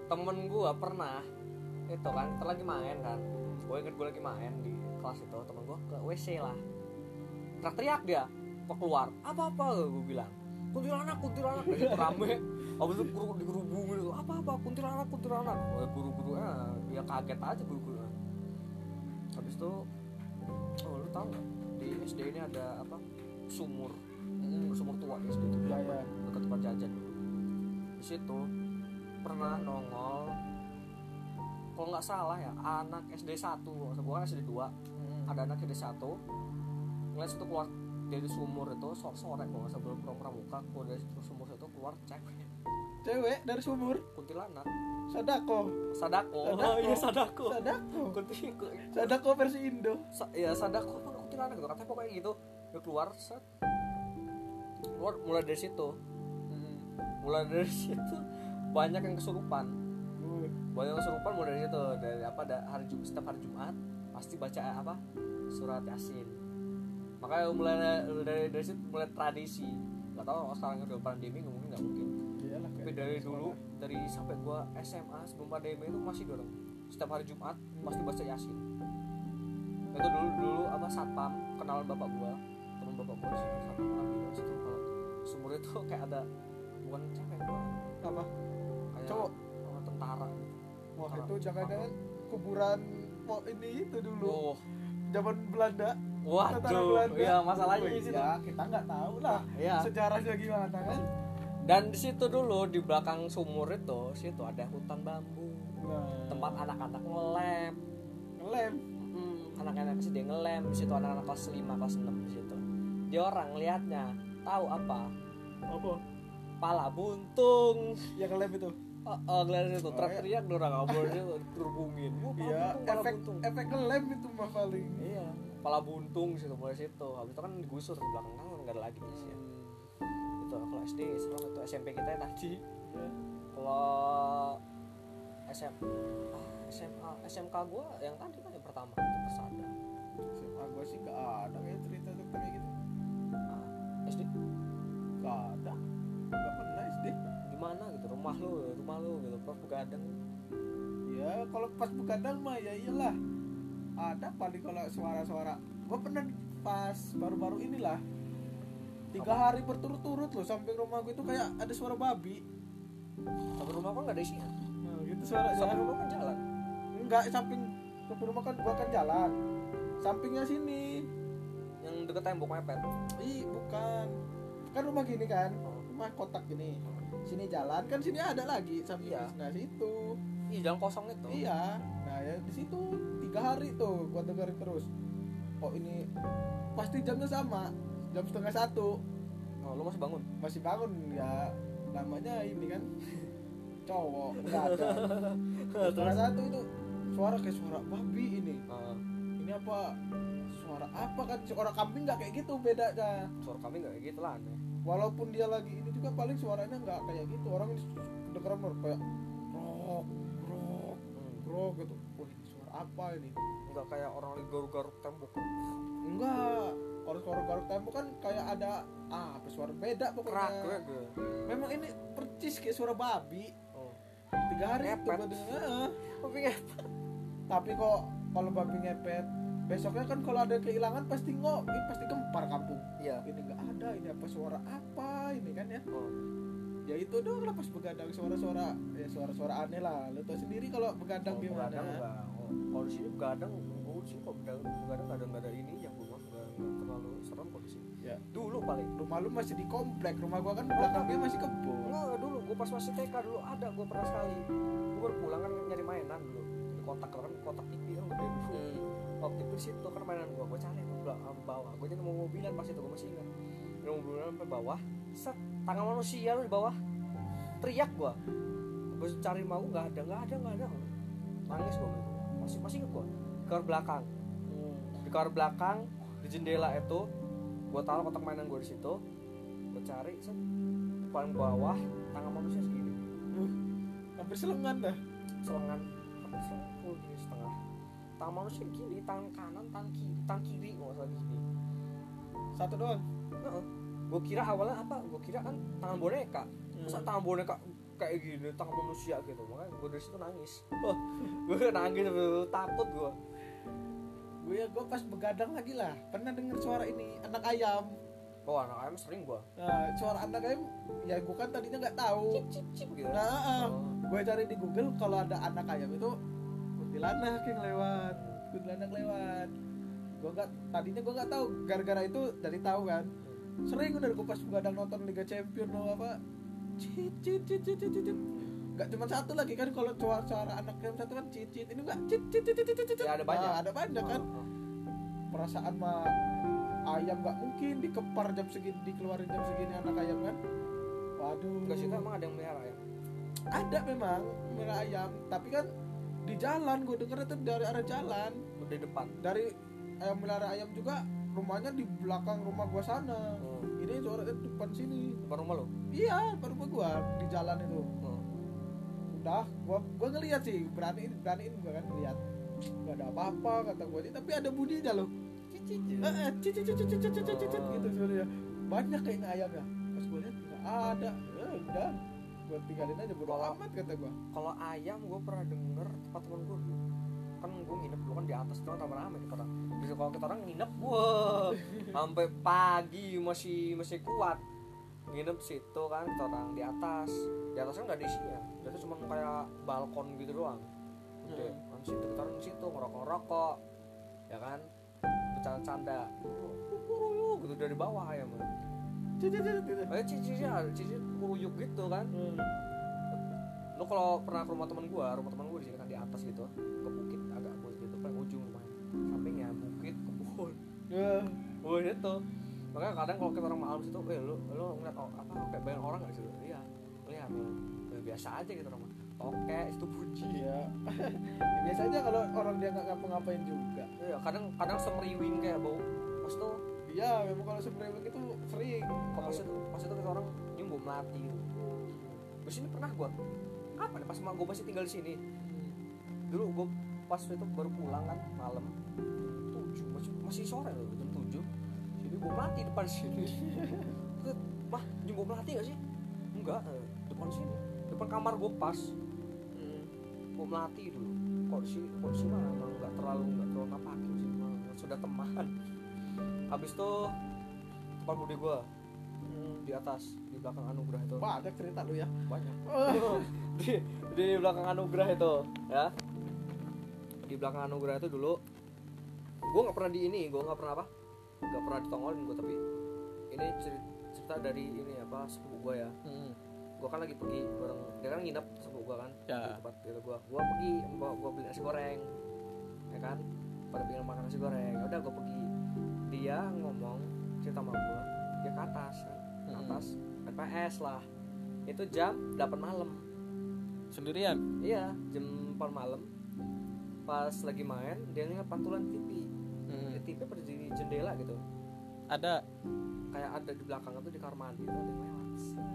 Speaker 1: temen gua pernah itu kan kita lagi main kan gue inget gue lagi main di kelas itu temen gua ke WC lah teriak-teriak dia mau keluar apa-apa gue bilang kuntilanak kuntilanak Udah gitu rame abis itu guru digerubungin gitu apa-apa kuntilanak kuntilanak Eh, guru-gurunya ya kaget aja guru-gurunya habis itu oh lu tau gak di SD ini ada apa sumur sumur tua di SD itu
Speaker 2: ya ya
Speaker 1: dekat tempat jajan di situ pernah nongol kalau nggak salah ya anak SD 1 gua kan SD 2
Speaker 2: Hmm.
Speaker 1: ada anak SD 1 ngeliat situ keluar dari sumur itu sore sore kalau nggak salah belum pernah pramuka keluar dari situ sumur itu keluar cek
Speaker 2: cewek dari sumur
Speaker 1: kuntilanak
Speaker 2: sadako
Speaker 1: sadako
Speaker 2: Sadako.
Speaker 1: iya
Speaker 2: Oh.
Speaker 1: sadako
Speaker 2: sadako
Speaker 1: kuntilanak
Speaker 2: sadako versi indo
Speaker 1: Sa- ya sadako pun kuntilanak gitu katanya pokoknya gitu dia keluar set keluar mulai dari situ mulai dari situ banyak yang kesurupan
Speaker 2: Woi.
Speaker 1: banyak kesurupan mulai dari situ dari apa da, hari Jum, setiap hari Jumat pasti baca apa surat yasin makanya mulai dari dari situ mulai tradisi nggak tahu kalau sekarang udah pandemi nggak mungkin nggak mungkin
Speaker 2: Iyalah,
Speaker 1: tapi
Speaker 2: kayak gitu.
Speaker 1: dari
Speaker 2: sekolah.
Speaker 1: dulu dari sampai gua SMA sebelum pandemi itu masih dorong setiap hari Jumat pasti baca yasin itu dulu dulu apa satpam kenalan bapak gua teman bapak gua disitu satpam pernah bilang situ kalau sumur itu kayak ada bukan cewek gua
Speaker 2: apa
Speaker 1: kayak
Speaker 2: Cowok.
Speaker 1: orang tentara
Speaker 2: wah
Speaker 1: Orang
Speaker 2: itu jangan-jangan kuburan po ini itu dulu
Speaker 1: Wah,
Speaker 2: zaman Belanda Tentara
Speaker 1: Oh. waduh,
Speaker 2: Belanda.
Speaker 1: ya masalahnya di
Speaker 2: Wih,
Speaker 1: situ.
Speaker 2: ya, kita nggak tahu lah
Speaker 1: Ya.
Speaker 2: sejarahnya gimana kan
Speaker 1: Dan di situ dulu di belakang sumur itu, situ ada hutan bambu, Nah. tempat anak-anak ngelem,
Speaker 2: ngelem
Speaker 1: Mm, anak-anak SD ngelem di situ anak-anak kelas 5, kelas 6 di situ. Dia orang liatnya tahu apa?
Speaker 2: apa
Speaker 1: Pala buntung.
Speaker 2: ya ngelem itu
Speaker 1: Oh, oh ngeliat situ,
Speaker 2: Oh,
Speaker 1: teriak-teriak dorang kabur dia kerubungin. Wah, pala
Speaker 2: ya
Speaker 1: buntung, pala
Speaker 2: efek
Speaker 1: buntung.
Speaker 2: efek ngelem itu mah paling
Speaker 1: Iya, pala buntung situ mulai situ. Habis itu kan digusur di belakang kan nggak ada lagi di situ. Itu kalau SD seru itu SMP kita ya tadi.
Speaker 2: Iya.
Speaker 1: kalau SM, ah, SMA SMK gue yang tadi kan yang pertama itu persada
Speaker 2: aku sih nggak ada kayak cerita tentang kayak gitu
Speaker 1: Ah, SD
Speaker 2: nggak ada nggak pernah SD
Speaker 1: gimana gitu rumah lu rumah lu gitu prof begadang
Speaker 2: ya kalau pas begadang mah ya iyalah ada paling kalau suara-suara gue pernah pas baru-baru inilah tiga hari berturut-turut loh sampai rumah gue itu kayak ada suara babi
Speaker 1: sampai rumah kan nggak ada isinya
Speaker 2: nah, gitu ya? suaranya
Speaker 1: sampai rumah kan jalan
Speaker 2: enggak samping samping rumah kan gua kan jalan sampingnya sini
Speaker 1: yang deket tembok mepet
Speaker 2: ih bukan kan rumah gini kan rumah kotak gini sini jalan kan sini ada lagi samping
Speaker 1: Iya.
Speaker 2: nah situ
Speaker 1: ih jalan kosong itu
Speaker 2: Iya. Nah, ya di situ tiga hari tuh gua dengerin terus. kok ini pasti jamnya sama jam setengah satu
Speaker 1: oh, lu masih bangun
Speaker 2: masih bangun ya namanya ini kan cowok begadang Jam setengah satu itu suara kayak suara babi ini
Speaker 1: Ah,
Speaker 2: ini apa suara apa kan suara kambing nggak kayak gitu bedanya
Speaker 1: suara kami nggak kayak gitu lah aneh.
Speaker 2: walaupun dia lagi ini juga paling suaranya nggak kayak gitu orang ini dengeran baru kayak rok rok
Speaker 1: Hmm,
Speaker 2: rok gitu wah ini suara apa ini
Speaker 1: nggak kayak orang lagi garuk-garuk tembok
Speaker 2: enggak kalau suara garuk tembok kan kayak ada ah apa suara beda
Speaker 1: kerak
Speaker 2: pokoknya
Speaker 1: kayak gue
Speaker 2: memang ini percis kayak suara babi
Speaker 1: oh
Speaker 2: tiga hari
Speaker 1: Ngepet.
Speaker 2: itu gua dengar ah.
Speaker 1: tapi nggak
Speaker 2: tapi kok kalau babi ngepet besoknya kan kalau ada kehilangan pasti ngok ih, pasti gempar kampung
Speaker 1: iya
Speaker 2: ini nggak ada ini apa suara apa ini kan ya
Speaker 1: oh.
Speaker 2: ya itu dong lah pas begadang suara-suara ya suara-suara aneh lah lo tau sendiri kalau begadang
Speaker 1: Kalau
Speaker 2: gimana
Speaker 1: begadang nggak oh, kalau di sini begadang oh di sini kok begadang begadang nggak ada nggak ada ini yang gue mah nggak nggak terlalu serem kok di sini
Speaker 2: ya
Speaker 1: dulu paling
Speaker 2: rumah lu masih di komplek rumah gua kan belakangnya masih
Speaker 1: Enggak,
Speaker 2: kebun
Speaker 1: enggak dulu gue pas masih TK dulu ada gue pernah sekali gue baru pulang kan nyari mainan dulu di kotak kan kotak TV kan gede dulu waktu itu di situ kan mainan gue gue cari gue belakang bawah gue jadi mau mobilan kan, pas itu gue masih ingat Dari mobilan kan, sampai bawah set tangan manusia lu di bawah teriak gue terus cari mau nggak ada nggak ada nggak ada nangis gue masih masih ingat gue ke belakang di kamar belakang di jendela itu gue taruh kotak mainan gue di situ gue cari set paling bawah tangan manusia segini
Speaker 2: hampir selengan dah
Speaker 1: selengan sampai selengan full gini setengah tangan manusia gini tangan kanan tangan kiri tangan kiri nggak salah gini
Speaker 2: satu doang
Speaker 1: gue kira awalnya apa gue kira kan tangan boneka masa tangan boneka kayak gini tangan manusia gitu makanya gue dari situ nangis gue nangis bener-bener takut gue
Speaker 2: gue ya gue pas begadang lagi lah pernah denger suara ini anak ayam
Speaker 1: oh anak ayam sering gue
Speaker 2: nah, suara anak ayam ya gue kan tadinya nggak tahu
Speaker 1: cip cip cip gitu
Speaker 2: nah ah.
Speaker 1: Oh.
Speaker 2: gue cari di Google kalau ada anak ayam itu kuntilanak yang lewat kuntilanak lewat gue nggak tadinya gue nggak tahu gara-gara itu dari tahu kan sering udah gue pas begadang nonton Liga Champion lo apa cit cit cit cit cit cit
Speaker 1: Hmm.
Speaker 2: nggak cuma satu lagi kan kalau suara, suara anak yang satu kan cit cit ini nggak cit cit cit cit cit cit
Speaker 1: Ya, ada banyak.
Speaker 2: Nah, ada banyak kan
Speaker 1: Oh, oh.
Speaker 2: perasaan mah ayam nggak mungkin dikepar jam segini dikeluarin jam segini anak ayam kan waduh
Speaker 1: Enggak sih, emang ada yang melihara ya?
Speaker 2: ada memang merah ayam tapi kan di jalan gue denger itu dari arah jalan
Speaker 1: Di depan.
Speaker 2: dari ayam melihara ayam juga rumahnya di belakang rumah gua sana
Speaker 1: Hmm.
Speaker 2: ini suara di depan sini
Speaker 1: Depan rumah lo?
Speaker 2: iya depan rumah gua di jalan itu
Speaker 1: Hmm.
Speaker 2: udah gua gua ngeliat sih beraniin beraniin gua kan ngeliat nggak ada apa-apa kata gua ini tapi ada bunyinya loh
Speaker 1: Cici.
Speaker 2: Eh, eh, cicit, cicit, cicit, cicit, cicit, gitu sebenarnya banyak kayaknya ayamnya pas gua lihat nggak ada ya udah gua tinggalin aja bodo
Speaker 1: Kalau-
Speaker 2: amat kata gua
Speaker 1: Kalau ayam gue pernah denger tempat temen gue dulu. Kan gue nginep dulu kan di atas tuh rame-rame kita orang. Bisa kalau kita orang nginep gue sampai pagi masih masih kuat. Nginep situ kan kita orang di atas. Di atas kan nggak ada isinya. Di atas cuma kayak balkon gitu doang. Gede. Kan situ kita orang di situ ngerokok-rokok. Ya kan? Bercanda-canda. Gitu dari bawah ayam.
Speaker 2: cicit, cicit, cicit.
Speaker 1: Ayo cici cici kuruyuk gitu kan. lu kalau pernah ke rumah teman gua rumah teman gua di sini kan di atas gitu ke bukit agak bukit gitu paling ujung rumahnya sampingnya bukit kebun
Speaker 2: Ya,
Speaker 1: oh itu makanya kadang kalau kita orang malam situ eh lu lu ngeliat oh, apa kayak banyak orang nggak sih Lu, iya lihat biasa aja gitu orang toke itu puji
Speaker 2: iya. Ya, biasa aja kalau orang dia nggak ngapa-ngapain juga.
Speaker 1: iya kadang kadang semeriwing kayak bau pas itu
Speaker 2: Iya, memang kalau sebenarnya itu sering.
Speaker 1: kalau pas itu pas itu kita orang ini bau melati gitu di sini pernah gua kapan ya? pas mak gua masih tinggal di sini dulu gue pas itu baru pulang kan malam jam 7 masih, masih sore loh jam 7 jadi gue melati depan sini ke mah jam gue melati gak sih enggak eh, depan sini depan kamar gue pas gue melati dulu kok di sini kok di sini mah emang nggak terlalu nggak terlalu nampakin sih mah sudah teman habis itu tempat bude gue di atas di belakang anugerah itu
Speaker 2: Banyak cerita lu ya.
Speaker 1: banyak di, di belakang anugerah itu ya di belakang anugerah itu dulu gue nggak pernah di ini gue nggak pernah apa nggak pernah ditongolin gue tapi ini cerita, cerita dari ini apa sepupu gue ya gue kan lagi pergi bareng dia kan nginep sepupu gue kan
Speaker 2: Ya.
Speaker 1: di tempat gitu gue gue pergi gue beli nasi goreng ya kan pada pengen makan nasi goreng udah gue pergi dia ngomong cerita sama gue dia ke atas kan. Ke
Speaker 3: Mm-mm.
Speaker 1: atas PPS lah itu jam 8 malam
Speaker 3: sendirian
Speaker 1: iya jam 4 malam pas lagi main dia ngeliat pantulan TV
Speaker 3: Hmm.
Speaker 1: Di TV pada di jendela gitu
Speaker 3: ada
Speaker 1: kayak ada di belakang itu di kamar mandi tuh ada yang lewat Set.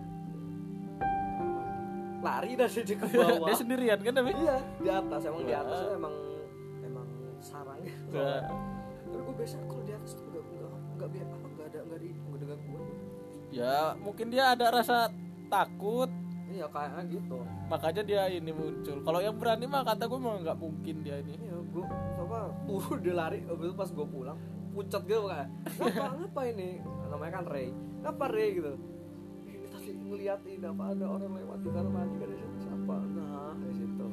Speaker 1: Kamar mandi. lari dah sih dia ke bawah
Speaker 3: dia sendirian kan tapi
Speaker 1: iya di atas emang di atas
Speaker 3: Wah.
Speaker 1: itu emang emang sarang
Speaker 3: Wah.
Speaker 1: tapi gue biasa kalau di atas tuh nggak nggak nggak biar apa nggak ada nggak di nggak ada gangguan
Speaker 3: ya mungkin dia ada rasa takut
Speaker 1: iya kayaknya gitu
Speaker 3: makanya dia ini muncul kalau yang berani mah kata gue mah nggak mungkin dia ini
Speaker 1: iya gue apa tuh dia lari abis itu pas gue pulang pucat gitu kayak ngapa ngapa ini namanya kan Ray ngapa Ray gitu ini tadi ngeliatin apa ada orang lewat di kamar mandi kan ada siapa siapa nah di situ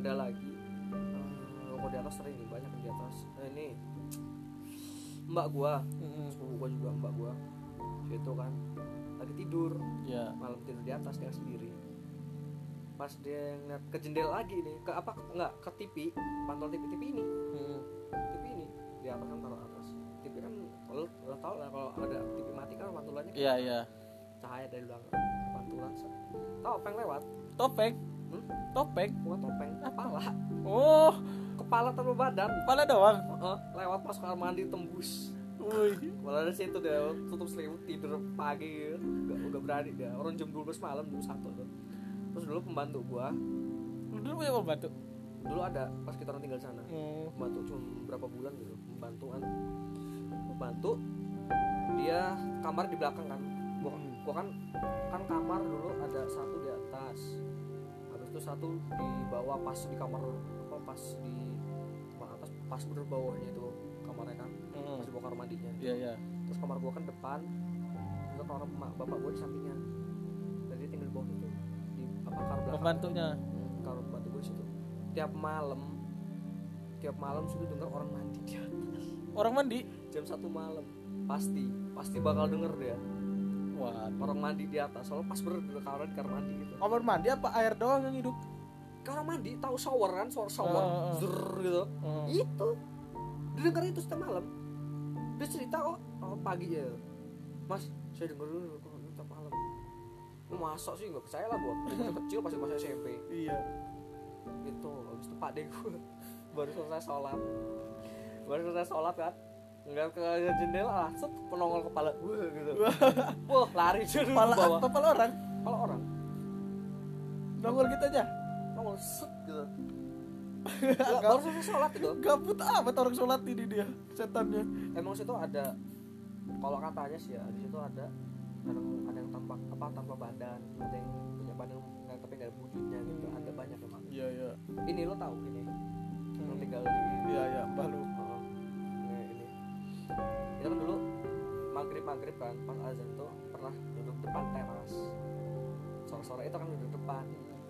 Speaker 1: ada lagi Eh, kalau di atas sering nih banyak di atas nah, ini mbak gua
Speaker 3: Mm-mm.
Speaker 1: sepupu gua juga mbak gua situ kan lagi tidur
Speaker 3: ya
Speaker 1: malam tidur di atas dia sendiri pas dia ngeliat ke jendela lagi nih ke apa nggak ke TV pantol TV TV ini
Speaker 3: Mm.
Speaker 1: TV ini di atas kan taruh atas TV kan lo, lo tau lah kalau ada TV mati kan pantulannya kan
Speaker 3: ya ya
Speaker 1: cahaya dari belakang pantulan set. topeng lewat
Speaker 3: topeng
Speaker 1: Hmm?
Speaker 3: topeng
Speaker 1: bukan topeng kepala
Speaker 3: oh
Speaker 1: kepala tanpa badan
Speaker 3: kepala doang
Speaker 1: Heeh, lewat pas kamar mandi tembus
Speaker 3: Wih.
Speaker 1: malah dari situ dia tutup selimut tidur pagi gitu. nggak nggak berani dia orang jam 12 malam jam satu tuh terus dulu pembantu gua
Speaker 3: dulu punya pembantu
Speaker 1: dulu ada pas kita orang tinggal di sana
Speaker 3: Hmm.
Speaker 1: bantu cuma berapa bulan gitu pembantuan membantu dia kamar di belakang kan gua,
Speaker 3: Hmm.
Speaker 1: gua kan kan kamar dulu ada satu di atas habis itu satu di bawah pas di kamar apa pas di kamar atas pas bener bawahnya itu kamarnya kan
Speaker 3: Hmm.
Speaker 1: pas di bawah kamar mandinya
Speaker 3: ya ya
Speaker 1: terus kamar gua kan depan itu kamar emak bapak gua di sampingnya jadi dia tinggal di bawah itu di apa kamar belakang Hmm,
Speaker 3: pembantunya
Speaker 1: kalau batu gue situ tiap malam tiap malam situ denger orang mandi dia
Speaker 3: orang mandi
Speaker 1: jam satu malam pasti pasti bakal denger dia
Speaker 3: wah
Speaker 1: orang mandi di atas soalnya pas bener denger kamar di kamar mandi gitu
Speaker 3: kamar mandi apa air doang yang hidup
Speaker 1: kamar mandi tahu shower kan shower shower
Speaker 3: Ah, ah, ah.
Speaker 1: zer gitu
Speaker 2: Oh.
Speaker 3: Hmm.
Speaker 1: itu dia denger itu setiap malam dia cerita kok oh, pagi ya mas saya denger dulu kok tiap malam Lu masa sih nggak percaya lah gua Gua masih kecil masih masih SMP
Speaker 3: iya
Speaker 1: gitu habis itu pakde gue baru selesai sholat baru selesai sholat kan ngeliat ke jendela set penongol kepala gue gitu wah lari dulu
Speaker 3: kepala
Speaker 1: ke bawah
Speaker 3: kepala orang
Speaker 1: kepala orang
Speaker 3: nongol kita aja
Speaker 1: nongol set gitu Gak, baru selesai sholat gitu
Speaker 3: gabut amat orang sholat ini dia setannya
Speaker 1: emang situ ada kalau katanya sih ya di situ ada ada yang- ada yang tampak apa tanpa badan ada yang punya badan nggak- tapi nggak ada wujudnya gitu ada banyak emang
Speaker 3: iya iya
Speaker 1: ini lo tahu ini yang
Speaker 3: Hmm.
Speaker 1: tinggal di
Speaker 3: iya iya mbah lu
Speaker 1: Oh, ya ini. Kita kan dulu maghrib maghrib kan pas azan tuh pernah duduk depan teras. Sore sore itu kan duduk depan.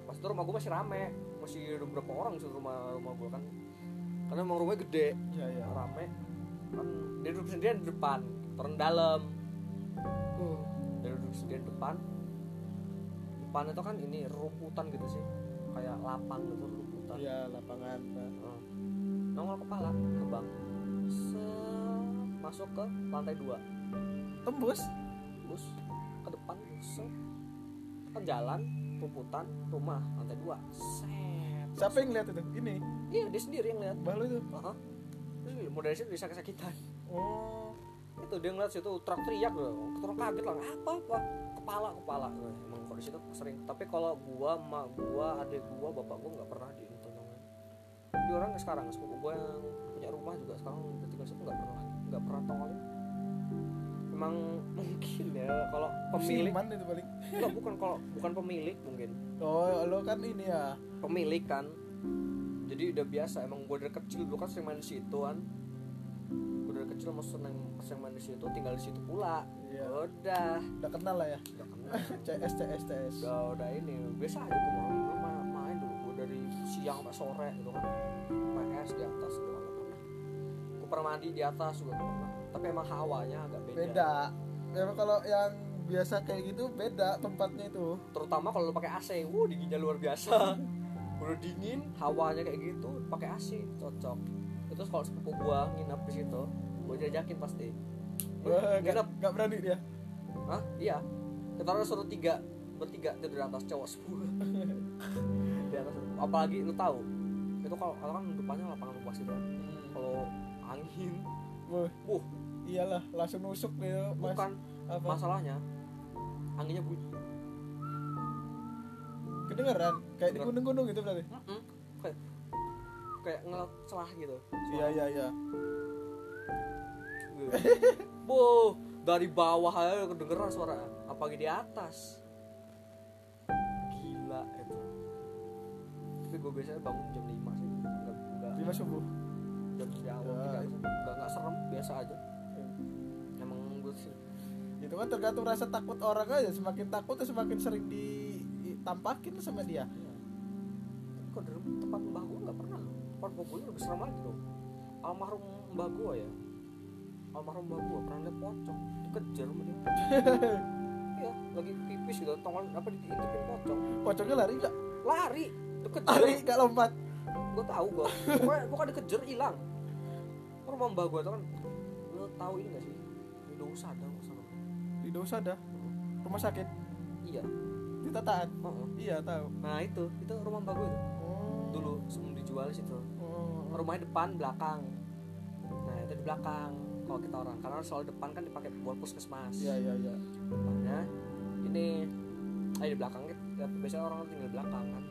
Speaker 1: Pas itu rumah gue masih rame, masih ada beberapa orang sih rumah rumah gue kan. Karena emang rumahnya gede,
Speaker 3: iya iya
Speaker 1: rame. Kan dia duduk sendirian di depan, turun dalam.
Speaker 3: Hmm.
Speaker 1: Dia duduk sendirian di depan. Depan itu kan ini rumputan gitu sih, kayak lapang gitu rumputan.
Speaker 3: iya lapangan Pak.
Speaker 1: Heeh. nongol kepala ke bank Se- masuk ke lantai dua
Speaker 3: tembus
Speaker 1: terus ke depan se kan jalan rumputan rumah lantai dua set
Speaker 3: siapa yang lihat itu ini
Speaker 1: iya dia sendiri yang lihat
Speaker 3: mbah lu itu
Speaker 1: Heeh. terus dia- mau dari situ bisa kesakitan
Speaker 3: oh
Speaker 1: itu dia ngeliat situ teriak teriak loh terus kaget lah apa apa kepala kepala Nah, emang kalau di situ sering tapi kalau gua mak gua adik gua bapak gua nggak pernah diintonongan di orang sekarang sepupu gua yang punya rumah juga sekarang udah tinggal situ nggak pernah lagi nggak pernah tolongin emang mungkin ya kalau pemilik
Speaker 3: Siman itu paling
Speaker 1: nggak bukan kalau bukan pemilik mungkin
Speaker 3: oh lo kan ini ya
Speaker 1: pemilik kan jadi udah biasa emang gue dari kecil dulu kan sering main di situ kan gue dari kecil emang sering sering main di situ tinggal di situ pula
Speaker 3: Iya.
Speaker 1: udah
Speaker 3: udah kenal lah ya
Speaker 1: udah kenal
Speaker 3: CS CS CS
Speaker 1: udah udah ini biasa aja gue mau dulu main, main dulu gue dari siang sampai sore gitu kan PS di atas gue nggak pernah gue pernah mandi di atas juga nggak pernah tapi emang hawanya agak beda,
Speaker 3: beda memang kalau yang biasa kayak gitu beda tempatnya itu
Speaker 1: terutama kalau lu pakai AC wuh dinginnya luar biasa udah dingin hawanya kayak gitu pakai AC cocok itu kalau sepupu gua nginep di situ gue jajakin pasti
Speaker 3: Wah,
Speaker 1: Nginep.
Speaker 3: gak, gak berani dia.
Speaker 1: Hah? Iya. Ketaruh suruh tiga, bertiga tidur di atas cowok sepuluh. di atas. Apalagi lu tahu, itu kalau kalau kan depannya lapangan luas gitu kan. Kalau angin,
Speaker 3: Wah,
Speaker 1: uh,
Speaker 3: iyalah langsung nusuk dia. Mas, apa?
Speaker 1: bukan kan masalahnya. Anginnya bunyi.
Speaker 3: Kedengeran kayak di
Speaker 1: Kedengeran.
Speaker 3: gunung-gunung gitu berarti.
Speaker 1: Mm-mm. Kayak kayak ngeliat celah gitu.
Speaker 3: Iya iya iya.
Speaker 1: Wow, dari bawah aja kedengeran suara, apalagi di atas. Gila itu. Tapi gue biasanya bangun jam 5 sih. Enggak, enggak.
Speaker 3: Lima subuh.
Speaker 1: jam di awal
Speaker 3: Ya.
Speaker 1: tiga jam. nggak nggak serem biasa aja emang gue sih
Speaker 3: Itu kan tergantung rasa takut orang aja. Semakin takut tuh semakin sering ditampakin sama dia.
Speaker 1: kok dari tempat mbah gue nggak pernah loh tempat mbah gue lebih serem lagi loh almarhum mbah gue ya almarhum mbah gue pernah lihat pocong dikejar sama dia iya lagi pipis gitu tongol apa diintipin pocong
Speaker 3: Pocongnya lari gak?
Speaker 1: lari dikejar
Speaker 3: Lari gak lompat.
Speaker 1: gue tahu gue pokoknya pokoknya dikejar hilang rumah mbah gue tuh kan lo tahu ini gak sih udah usah ada nggak usah
Speaker 3: Di dosa dah. Rumah sakit.
Speaker 1: iya
Speaker 3: Di tataan.
Speaker 1: heeh.
Speaker 3: Iya tahu.
Speaker 1: nah itu itu rumah mbah gue tuh. dulu sebelum dijual di situ
Speaker 3: Oh.
Speaker 1: rumahnya depan belakang nah itu di belakang kalau kita orang karena soal depan kan dipakai buat puskesmas
Speaker 3: Iya iya iya.
Speaker 1: depannya ini eh di belakang ya, biasanya orang tinggal di belakang kan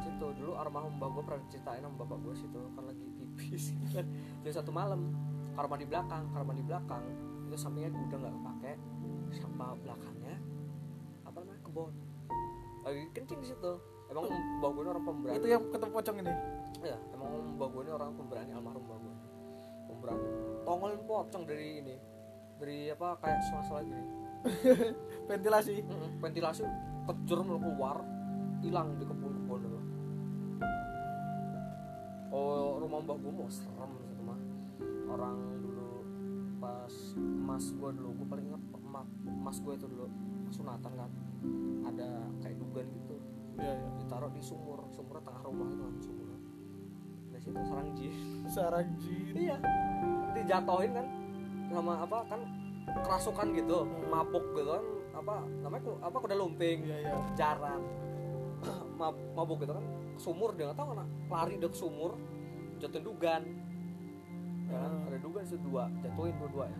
Speaker 1: situ dulu almarhum mbak gue pernah ceritain sama bapak gue situ kan lagi pipis gitu kan jadi satu malam kamar di belakang kamar di belakang itu sampingnya udah nggak kepake sampah belakangnya apa namanya kebon lagi kencing di situ emang mbak gue ini orang pemberani
Speaker 3: Itu yang ketemu pocong ini.
Speaker 1: ya emang mbak gue ini orang pemberani almarhum mbak gue pemberani tongolin pocong dari ini dari apa kayak sela-sela gini
Speaker 3: Ventilasi.
Speaker 1: Mm-mm, ventilasi kejer mulu keluar hilang di kebun-kebun dulu oh rumah mbak gue mau serem sih mah orang dulu pas mas gue dulu gue paling ingat ma- mas gue itu dulu sunatan kan ada kayak dugan gitu
Speaker 3: Iya iya.
Speaker 1: ditaruh di sumur sumur tengah rumah itu kan sumur dari situ sarang jin
Speaker 3: Sarang jin.
Speaker 1: iya dijatohin kan sama apa kan kerasukan gitu mabuk gitu kan apa namanya ku- apa kuda lumping
Speaker 3: Hmm. Iya iya.
Speaker 1: jarang Mab- mabuk gitu kan ke sumur dia nggak tahu kan lari dia ke sumur jatuhin dugan ya kan
Speaker 3: Hmm.
Speaker 1: ada dugan itu dua jatuhin dua duanya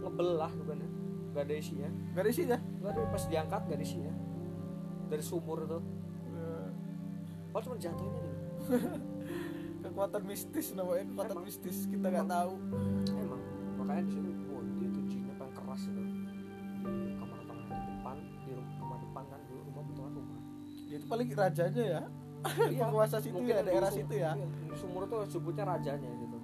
Speaker 1: ngebelah dugannya nggak ada isinya
Speaker 3: Gak ada isinya.
Speaker 1: nggak ada pas diangkat nggak ada isinya dari sumur itu
Speaker 3: Iya.
Speaker 1: Padahal cuma jatuhin aja dulu.
Speaker 3: kekuatan mistis namanya kekuatan
Speaker 1: Emang.
Speaker 3: mistis kita nggak tahu
Speaker 1: emang makanya di sini wow, dia tuh jinnya paling keras itu di kamar tengah di depan di rum- rumah depan kan dulu rumah betulan rumah Iya.
Speaker 3: Dia itu paling rajanya ya penguasa situ
Speaker 1: mungkin
Speaker 3: ya
Speaker 1: yang di
Speaker 3: daerah
Speaker 1: sum-
Speaker 3: situ ya
Speaker 1: iya, di sumur tuh sebutnya rajanya gitu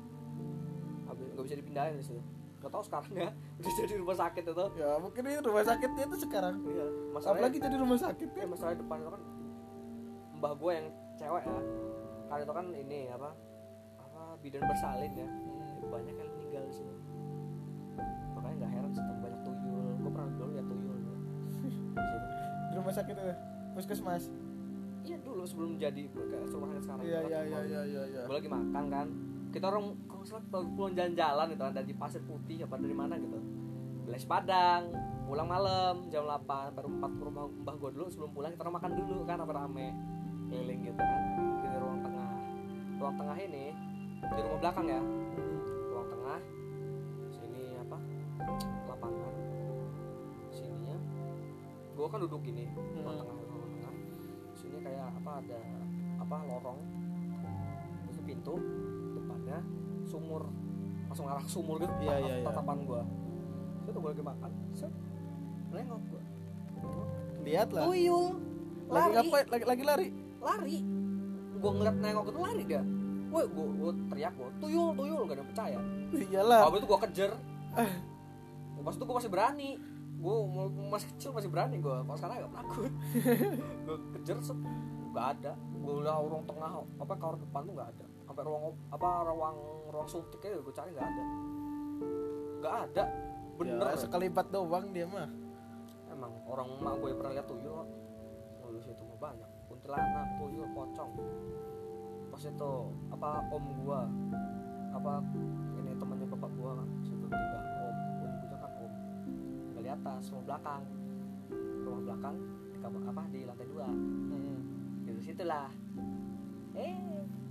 Speaker 1: habis nggak bisa dipindahin di situ nggak tahu sekarang ya udah jadi rumah sakit itu
Speaker 3: ya mungkin ini rumah sakitnya itu sekarang
Speaker 1: iya masalahnya
Speaker 3: apalagi jadi rumah sakit
Speaker 1: eh,
Speaker 3: ya
Speaker 1: masalah depan itu kan mbah gue yang cewek ya kan itu kan ini apa apa bidan bersalin ya
Speaker 3: Hmm.
Speaker 1: banyak yang meninggal di sini makanya nggak heran sih tuh banyak tuyul gue pernah dulu lihat tuyul dulu. Di situ.
Speaker 3: di rumah sakit itu puskesmas
Speaker 1: iya dulu sebelum jadi kayak rumah sakit sekarang
Speaker 3: iya
Speaker 1: Kan
Speaker 3: iya
Speaker 1: cuma-
Speaker 3: iya iya iya iya
Speaker 1: gue lagi makan kan kita orang kalau nggak salah kita pulang jalan-jalan itu ada di pasir putih apa dari mana gitu les padang pulang malam jam 8 baru empat ke rumah mbah gue dulu sebelum pulang kita orang makan dulu kan rame-rame keliling gitu kan di ruang tengah ruang tengah ini di rumah belakang ya ruang tengah sini apa lapangan sininya gue kan duduk gini ruang
Speaker 3: Hmm.
Speaker 1: tengah ruang tengah sini kayak apa ada apa lorong terus pintu depannya sumur langsung arah sumur gitu
Speaker 3: Iya,
Speaker 1: tatap-
Speaker 3: iya, iya.
Speaker 1: tatapan gua itu gue lagi makan set nengok gua
Speaker 3: lihat lah
Speaker 1: tuyul
Speaker 3: lagi
Speaker 1: lari
Speaker 3: ngapain lagi lagi lari
Speaker 1: ya? lari gua ngeliat nengok itu lari dia woi gua, gua teriak gua tuyul tuyul gak ada yang percaya
Speaker 3: iyalah
Speaker 1: Abis itu gue kejar Pas itu gue masih berani Gue masih kecil masih berani gue Kalau sekarang agak takut Gue kejar set Gak ada Gue udah ruang tengah Apa kamar depan tuh gak ada Sampai ruang op- apa ruang ruang suntiknya gue cari gak ada Gak ada Bener
Speaker 3: ya, sekelipat doang dia mah
Speaker 1: Emang orang emak gue pernah lihat tuyul kok. Oh di situ mah banyak Kuntilanak, tuyul, pocong Pas itu apa om gue Apa ini temannya bapak gue kan situ bertiga om oh, ibu cakap om nggak di atas rumah belakang rumah belakang di kamar apa di lantai dua
Speaker 2: Hmm.
Speaker 1: dari situlah eh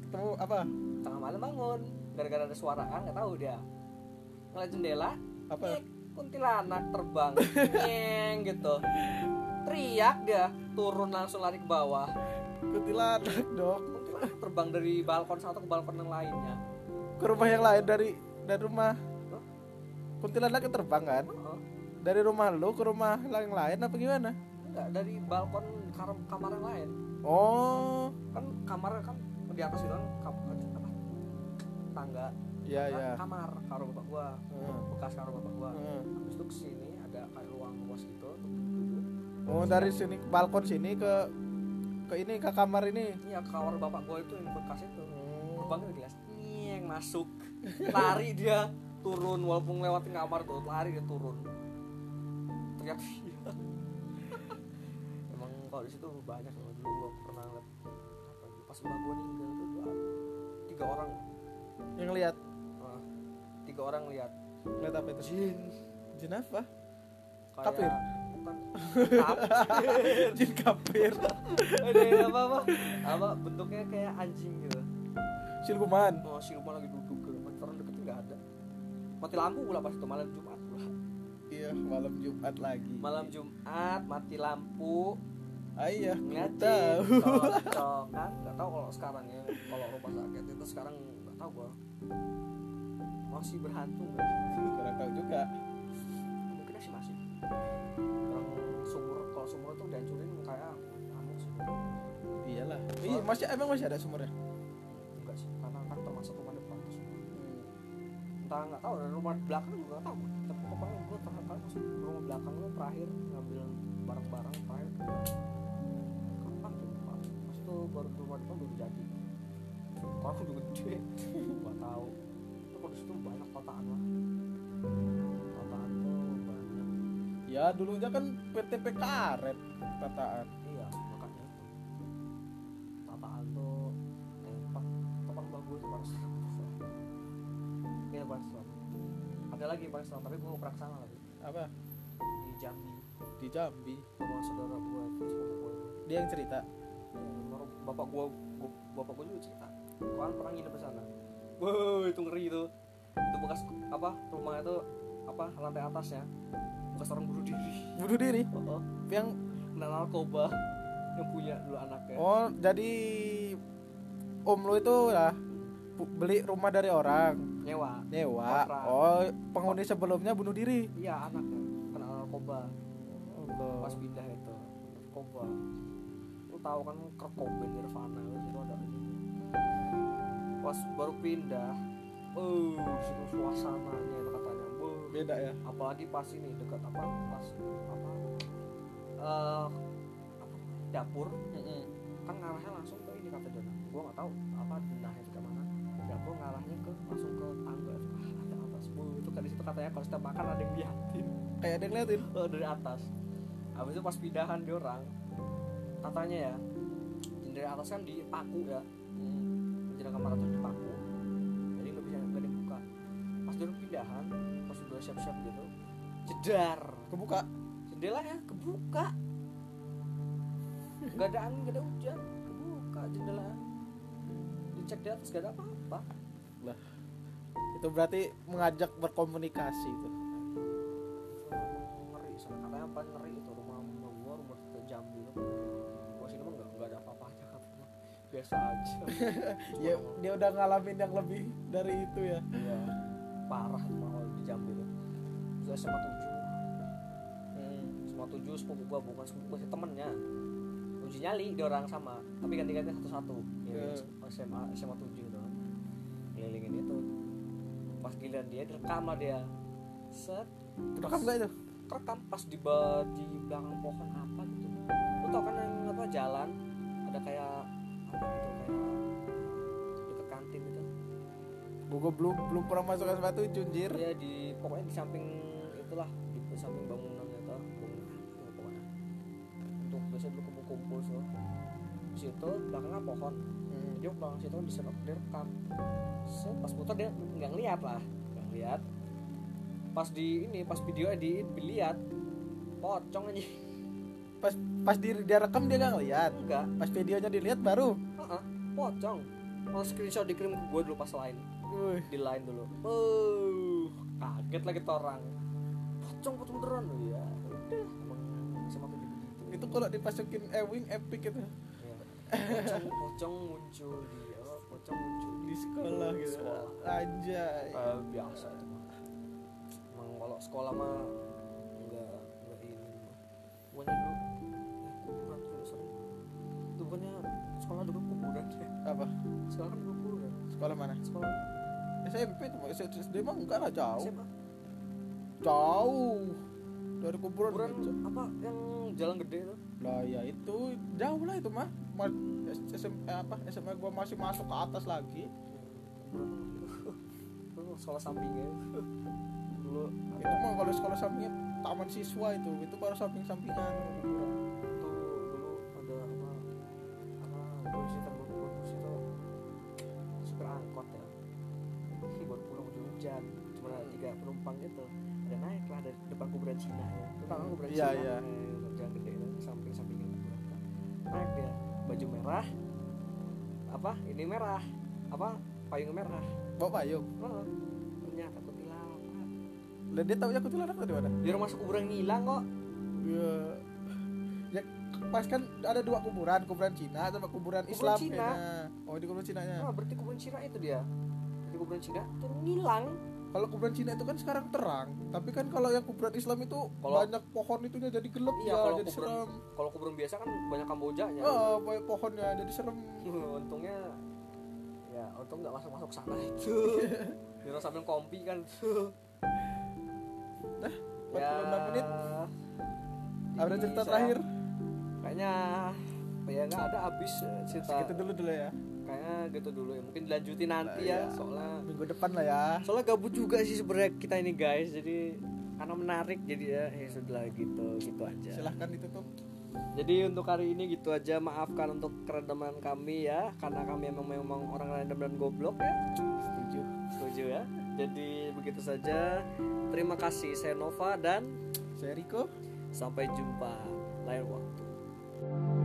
Speaker 2: Ketemu apa?
Speaker 1: tengah malam bangun gara-gara ada suara kan nggak tahu dia ngeliat jendela
Speaker 2: Apa?
Speaker 1: nyek, kuntilanak terbang nyeng gitu teriak dia turun langsung lari ke bawah
Speaker 2: Kuntilanak dong.
Speaker 1: kuntilanak terbang dari balkon satu ke balkon yang lainnya
Speaker 2: Ke rumah yang lain dari dari rumah
Speaker 1: Hah?
Speaker 2: kuntilanak yang terbang kan?
Speaker 1: Heeh.
Speaker 2: Dari rumah lu ke rumah yang lain apa gimana?
Speaker 1: enggak dari balkon kar- kamar yang lain
Speaker 2: Oh,
Speaker 1: kan kamar kan di atas itu kan kam- apa tangga
Speaker 2: iya
Speaker 1: Kan
Speaker 2: iya.
Speaker 1: kamar karo bapak gua
Speaker 2: Heeh,
Speaker 1: bekas karo bapak gua
Speaker 2: heeh.
Speaker 1: habis itu kesini ada kayak ruang luas gitu untuk duduk
Speaker 2: Oh, dari sini ke balkon sini ke ke ini ke kamar ini.
Speaker 1: Iya kamar bapak gue itu yang bekas itu
Speaker 2: Oh.
Speaker 1: Bangnya gelas Nyeng masuk Lari dia turun Walaupun lewatin kamar tuh Lari dia turun Teriak dia Emang kalau di situ banyak loh Dulu gue pernah liat apa, gitu. Pas rumah gue ninggal tuh dua, Tiga orang
Speaker 2: Yang lihat
Speaker 1: eh, Tiga orang lihat
Speaker 2: lihat apa itu? Jin. Jin apa?
Speaker 1: Kayak
Speaker 2: Kafir.
Speaker 1: Bukan Kafir
Speaker 2: Jin kafir.
Speaker 1: Ada yang apa-apa Apa bentuknya kayak anjing gitu
Speaker 2: Silguman.
Speaker 1: Oh, siluman lagi duduk ke orang deketnya nggak ada. Mati lampu pula pas itu malam Jumat pula.
Speaker 2: Iya, malam Jumat lagi.
Speaker 1: Malam Jumat mati lampu
Speaker 2: Ah iya, nggak
Speaker 1: ngeliatin
Speaker 2: tahu.
Speaker 1: tahu kan nggak tahu kalau sekarang ya kalau rumah sakit itu sekarang nggak tahu gua masih berhantu nggak sih?
Speaker 2: Kurang tahu juga.
Speaker 1: mungkin masih masih orang sumur kalau sumur itu dihancurin kayak kamu sih
Speaker 2: Iyalah. Iya, masih emang masih ada sumurnya.
Speaker 1: enggak sih karena kan termasuk rumah depan tuh sumur entah nggak tahu dan rumah belakang juga nggak tahu tapi pokoknya gue terakhir kali masuk rumah belakang gue terakhir ngambil barang-barang terakhir ke kapan tuh lupa pas itu baru ke rumah depan baru jadi kalau aku udah gede nggak tahu tapi kalau di situ banyak totaan lah totaan tuh banyak
Speaker 2: Ya dulunya kan PTP karet kataan.
Speaker 1: iya makanya itu tataan tuh tempat tempat mbak gue tuh paling serem iya paling serem ada lagi yang paling serem tapi gue pernah kesana lagi
Speaker 2: Apa?
Speaker 1: di Jambi
Speaker 2: Di Jambi.
Speaker 1: sama saudara gue terus bapak gue
Speaker 2: Dia yang cerita.
Speaker 1: baru bapak gue gue- bapak gue juga cerita gue kan pernah nginep di sana wow itu ngeri itu itu bekas apa rumah itu apa lantai atasnya bekas orang bunuh diri
Speaker 2: Bunuh diri.
Speaker 1: oh, oh.
Speaker 2: Yang
Speaker 1: kena narkoba yang punya dulu anaknya
Speaker 2: oh jadi om lu itu lah bu- beli rumah dari orang
Speaker 1: nyewa
Speaker 2: nyewa.
Speaker 1: Kontrak.
Speaker 2: Oh penghuni sebelumnya bunuh diri.
Speaker 1: iya anaknya kena narkoba
Speaker 2: Allah.
Speaker 1: pas pindah itu narkoba lu tahu kan ke Koben Nirvana kan? itu ada ini pas baru pindah oh situ suasananya itu katanya Wah,
Speaker 2: Beda ya.
Speaker 1: apalagi pas ini dekat apa pas apa eh apa, dapur kan ngarahnya langsung ke ini kata Dona gue nggak tahu apa denahnya itu kemana dapur ngarahnya ke langsung ke tangga itu ke lantai atas Wah, itu kan di situ katanya kalau setiap makan ada yang liatin
Speaker 2: Kayak ada yang ngeliatin.
Speaker 1: Eh, dari atas habis itu pas pindahan dia orang katanya ya jendela atas kan dipaku ya jendela kamar atas dipaku jadi nggak bisa nggak dibuka pas dia pindahan pas udah siap-siap gitu jedar
Speaker 2: Kebuka.
Speaker 1: jendelanya kebuka nggak ada angin nggak ada hujan kebuka jendela dicek di atas nggak ada apa-apa
Speaker 2: Itu berarti mengajak berkomunikasi itu.
Speaker 1: Emang ngeri sana katanya paling ngeri itu rumah rumah gua rumah ke Jambi itu gua sini mah nggak nggak ada apa-apanya katanya biasa aja
Speaker 2: Ya dia udah ngalamin yang lebih dari itu ya.
Speaker 1: Iya, parah itu mah kalau di Jambi itu itu SMA tujuh
Speaker 2: Mm.
Speaker 1: SMA tujuh sepupu gua bukan sepupu gua sih temennya uji nyali dia orang sama tapi ganti-ganti satu-satu
Speaker 2: Iya.
Speaker 1: ya, SMA SMA tujuh itu kan. ngelilingin itu pas giliran dia direkam lah dia set
Speaker 2: Rekam nggak itu?
Speaker 1: rekam pas di, ba- di belakang pohon apa gitu lu tau kan yang apa jalan ada kayak apa gitu kayak dekat kantin gitu
Speaker 2: Gue belum belum pernah masuk SMA tuh junjir.
Speaker 1: ya di pokoknya di samping itulah di samping bangunan itu bangunan apa ya pokoknya untuk biasanya dulu kumpul-kumpul so. di situ belakangnya pohon dia belakang situ kan diserap direkam so, pas putar dia nggak ngeliat lah nggak ngeliat pas di ini pas video edit dilihat pocong aja
Speaker 2: pas pas di, dia rekam dia nggak ngeliat
Speaker 1: enggak
Speaker 2: pas videonya dilihat baru
Speaker 1: Heeh, pocong mau screenshot dikirim ke gue dulu pas lain
Speaker 2: Wih,
Speaker 1: di lain dulu oh kaget lagi tuh orang pocong pocong beneran oh, ya udah emang gitu sama kayak begitu
Speaker 2: itu kalau dipasukin Ewing epic itu
Speaker 1: Ya. pocong pocong muncul di apa, pocong muncul di
Speaker 2: di sekolah
Speaker 1: Di
Speaker 2: gitu Iya.
Speaker 1: sekolah.
Speaker 2: aja
Speaker 1: Eh, biasa itu mah emang kalau sekolah mah nggak nggak ini mah bukannya dulu eh, bukan dulu sorry itu bukannya sekolah dulu kuburan ya
Speaker 2: apa
Speaker 1: sekolah kan dulu kuburan
Speaker 2: sekolah mana
Speaker 1: sekolah
Speaker 2: SMP tuh SMP SD mah enggak lah jauh
Speaker 1: SMA
Speaker 2: jauh dari kuburan
Speaker 1: kuburan
Speaker 2: gitu.
Speaker 1: apa yang jalan gede itu
Speaker 2: lah ya itu jauh lah itu mah Ma- SMP eh, apa SMA gua masih masuk ke atas lagi
Speaker 1: Lu sekolah sampingnya dulu ya.
Speaker 2: itu mah kalau sekolah sampingnya taman siswa itu itu baru samping sampingan
Speaker 1: tuh dulu ada apa apa gue sih temen gue itu supir angkot ya buat pulang hujan hujan cuma ada tiga penumpang gitu ada naik lah dari depan kuburan Cina ya depan kan kuburan
Speaker 2: Iya,
Speaker 1: Cina
Speaker 2: iya.
Speaker 1: eh, jalan gede itu samping sampingnya kuburan kan. naik dia baju merah apa ini merah apa payung merah
Speaker 2: bawa payung
Speaker 1: oh, ternyata kuntilanak
Speaker 2: lah dia tahu ya kuntilanak dari mana
Speaker 1: di rumah kuburan ngilang kok
Speaker 2: ya ya pas kan ada dua kuburan kuburan Cina sama kuburan,
Speaker 1: Kuburan
Speaker 2: Islam
Speaker 1: Cina.
Speaker 2: kayaknya. oh di kuburan Cina nya
Speaker 1: ah berarti kuburan Cina itu dia di kuburan Cina itu ngilang
Speaker 2: kalau kuburan Cina itu kan sekarang terang tapi kan kalau yang kuburan Islam itu
Speaker 1: Kalau-
Speaker 2: banyak pohon itunya jadi gelap
Speaker 1: Iya,
Speaker 2: ya,
Speaker 1: kalau
Speaker 2: jadi
Speaker 1: kuburan-
Speaker 2: serem
Speaker 1: kalau kuburan biasa kan banyak kambojanya
Speaker 2: oh, banyak pohonnya jadi serem
Speaker 1: untungnya ya untung nggak masuk masuk sana itu Dino sambil kompi kan Ya.
Speaker 2: Nah, 46 menit. ada
Speaker 1: ini
Speaker 2: cerita
Speaker 1: saya-
Speaker 2: terakhir
Speaker 1: kayaknya ya nggak ada habis eh, cerita
Speaker 2: segitu dulu dulu ya
Speaker 1: kayaknya gitu dulu ya mungkin dilanjutin nanti
Speaker 2: Nah,
Speaker 1: ya
Speaker 2: iya.
Speaker 1: soalnya
Speaker 2: minggu depan lah ya
Speaker 1: soalnya gabut juga sih sebenarnya kita ini guys jadi karena menarik jadi ya ya sudah lah, gitu gitu aja
Speaker 2: silahkan ditutup
Speaker 1: Jadi untuk hari ini gitu aja maafkan untuk kerendaman kami ya karena kami memang memang orang random dan goblok ya.
Speaker 2: setuju
Speaker 1: Setuju ya. Jadi begitu saja. Terima kasih saya Nova dan
Speaker 2: saya Riko
Speaker 1: sampai jumpa lain waktu.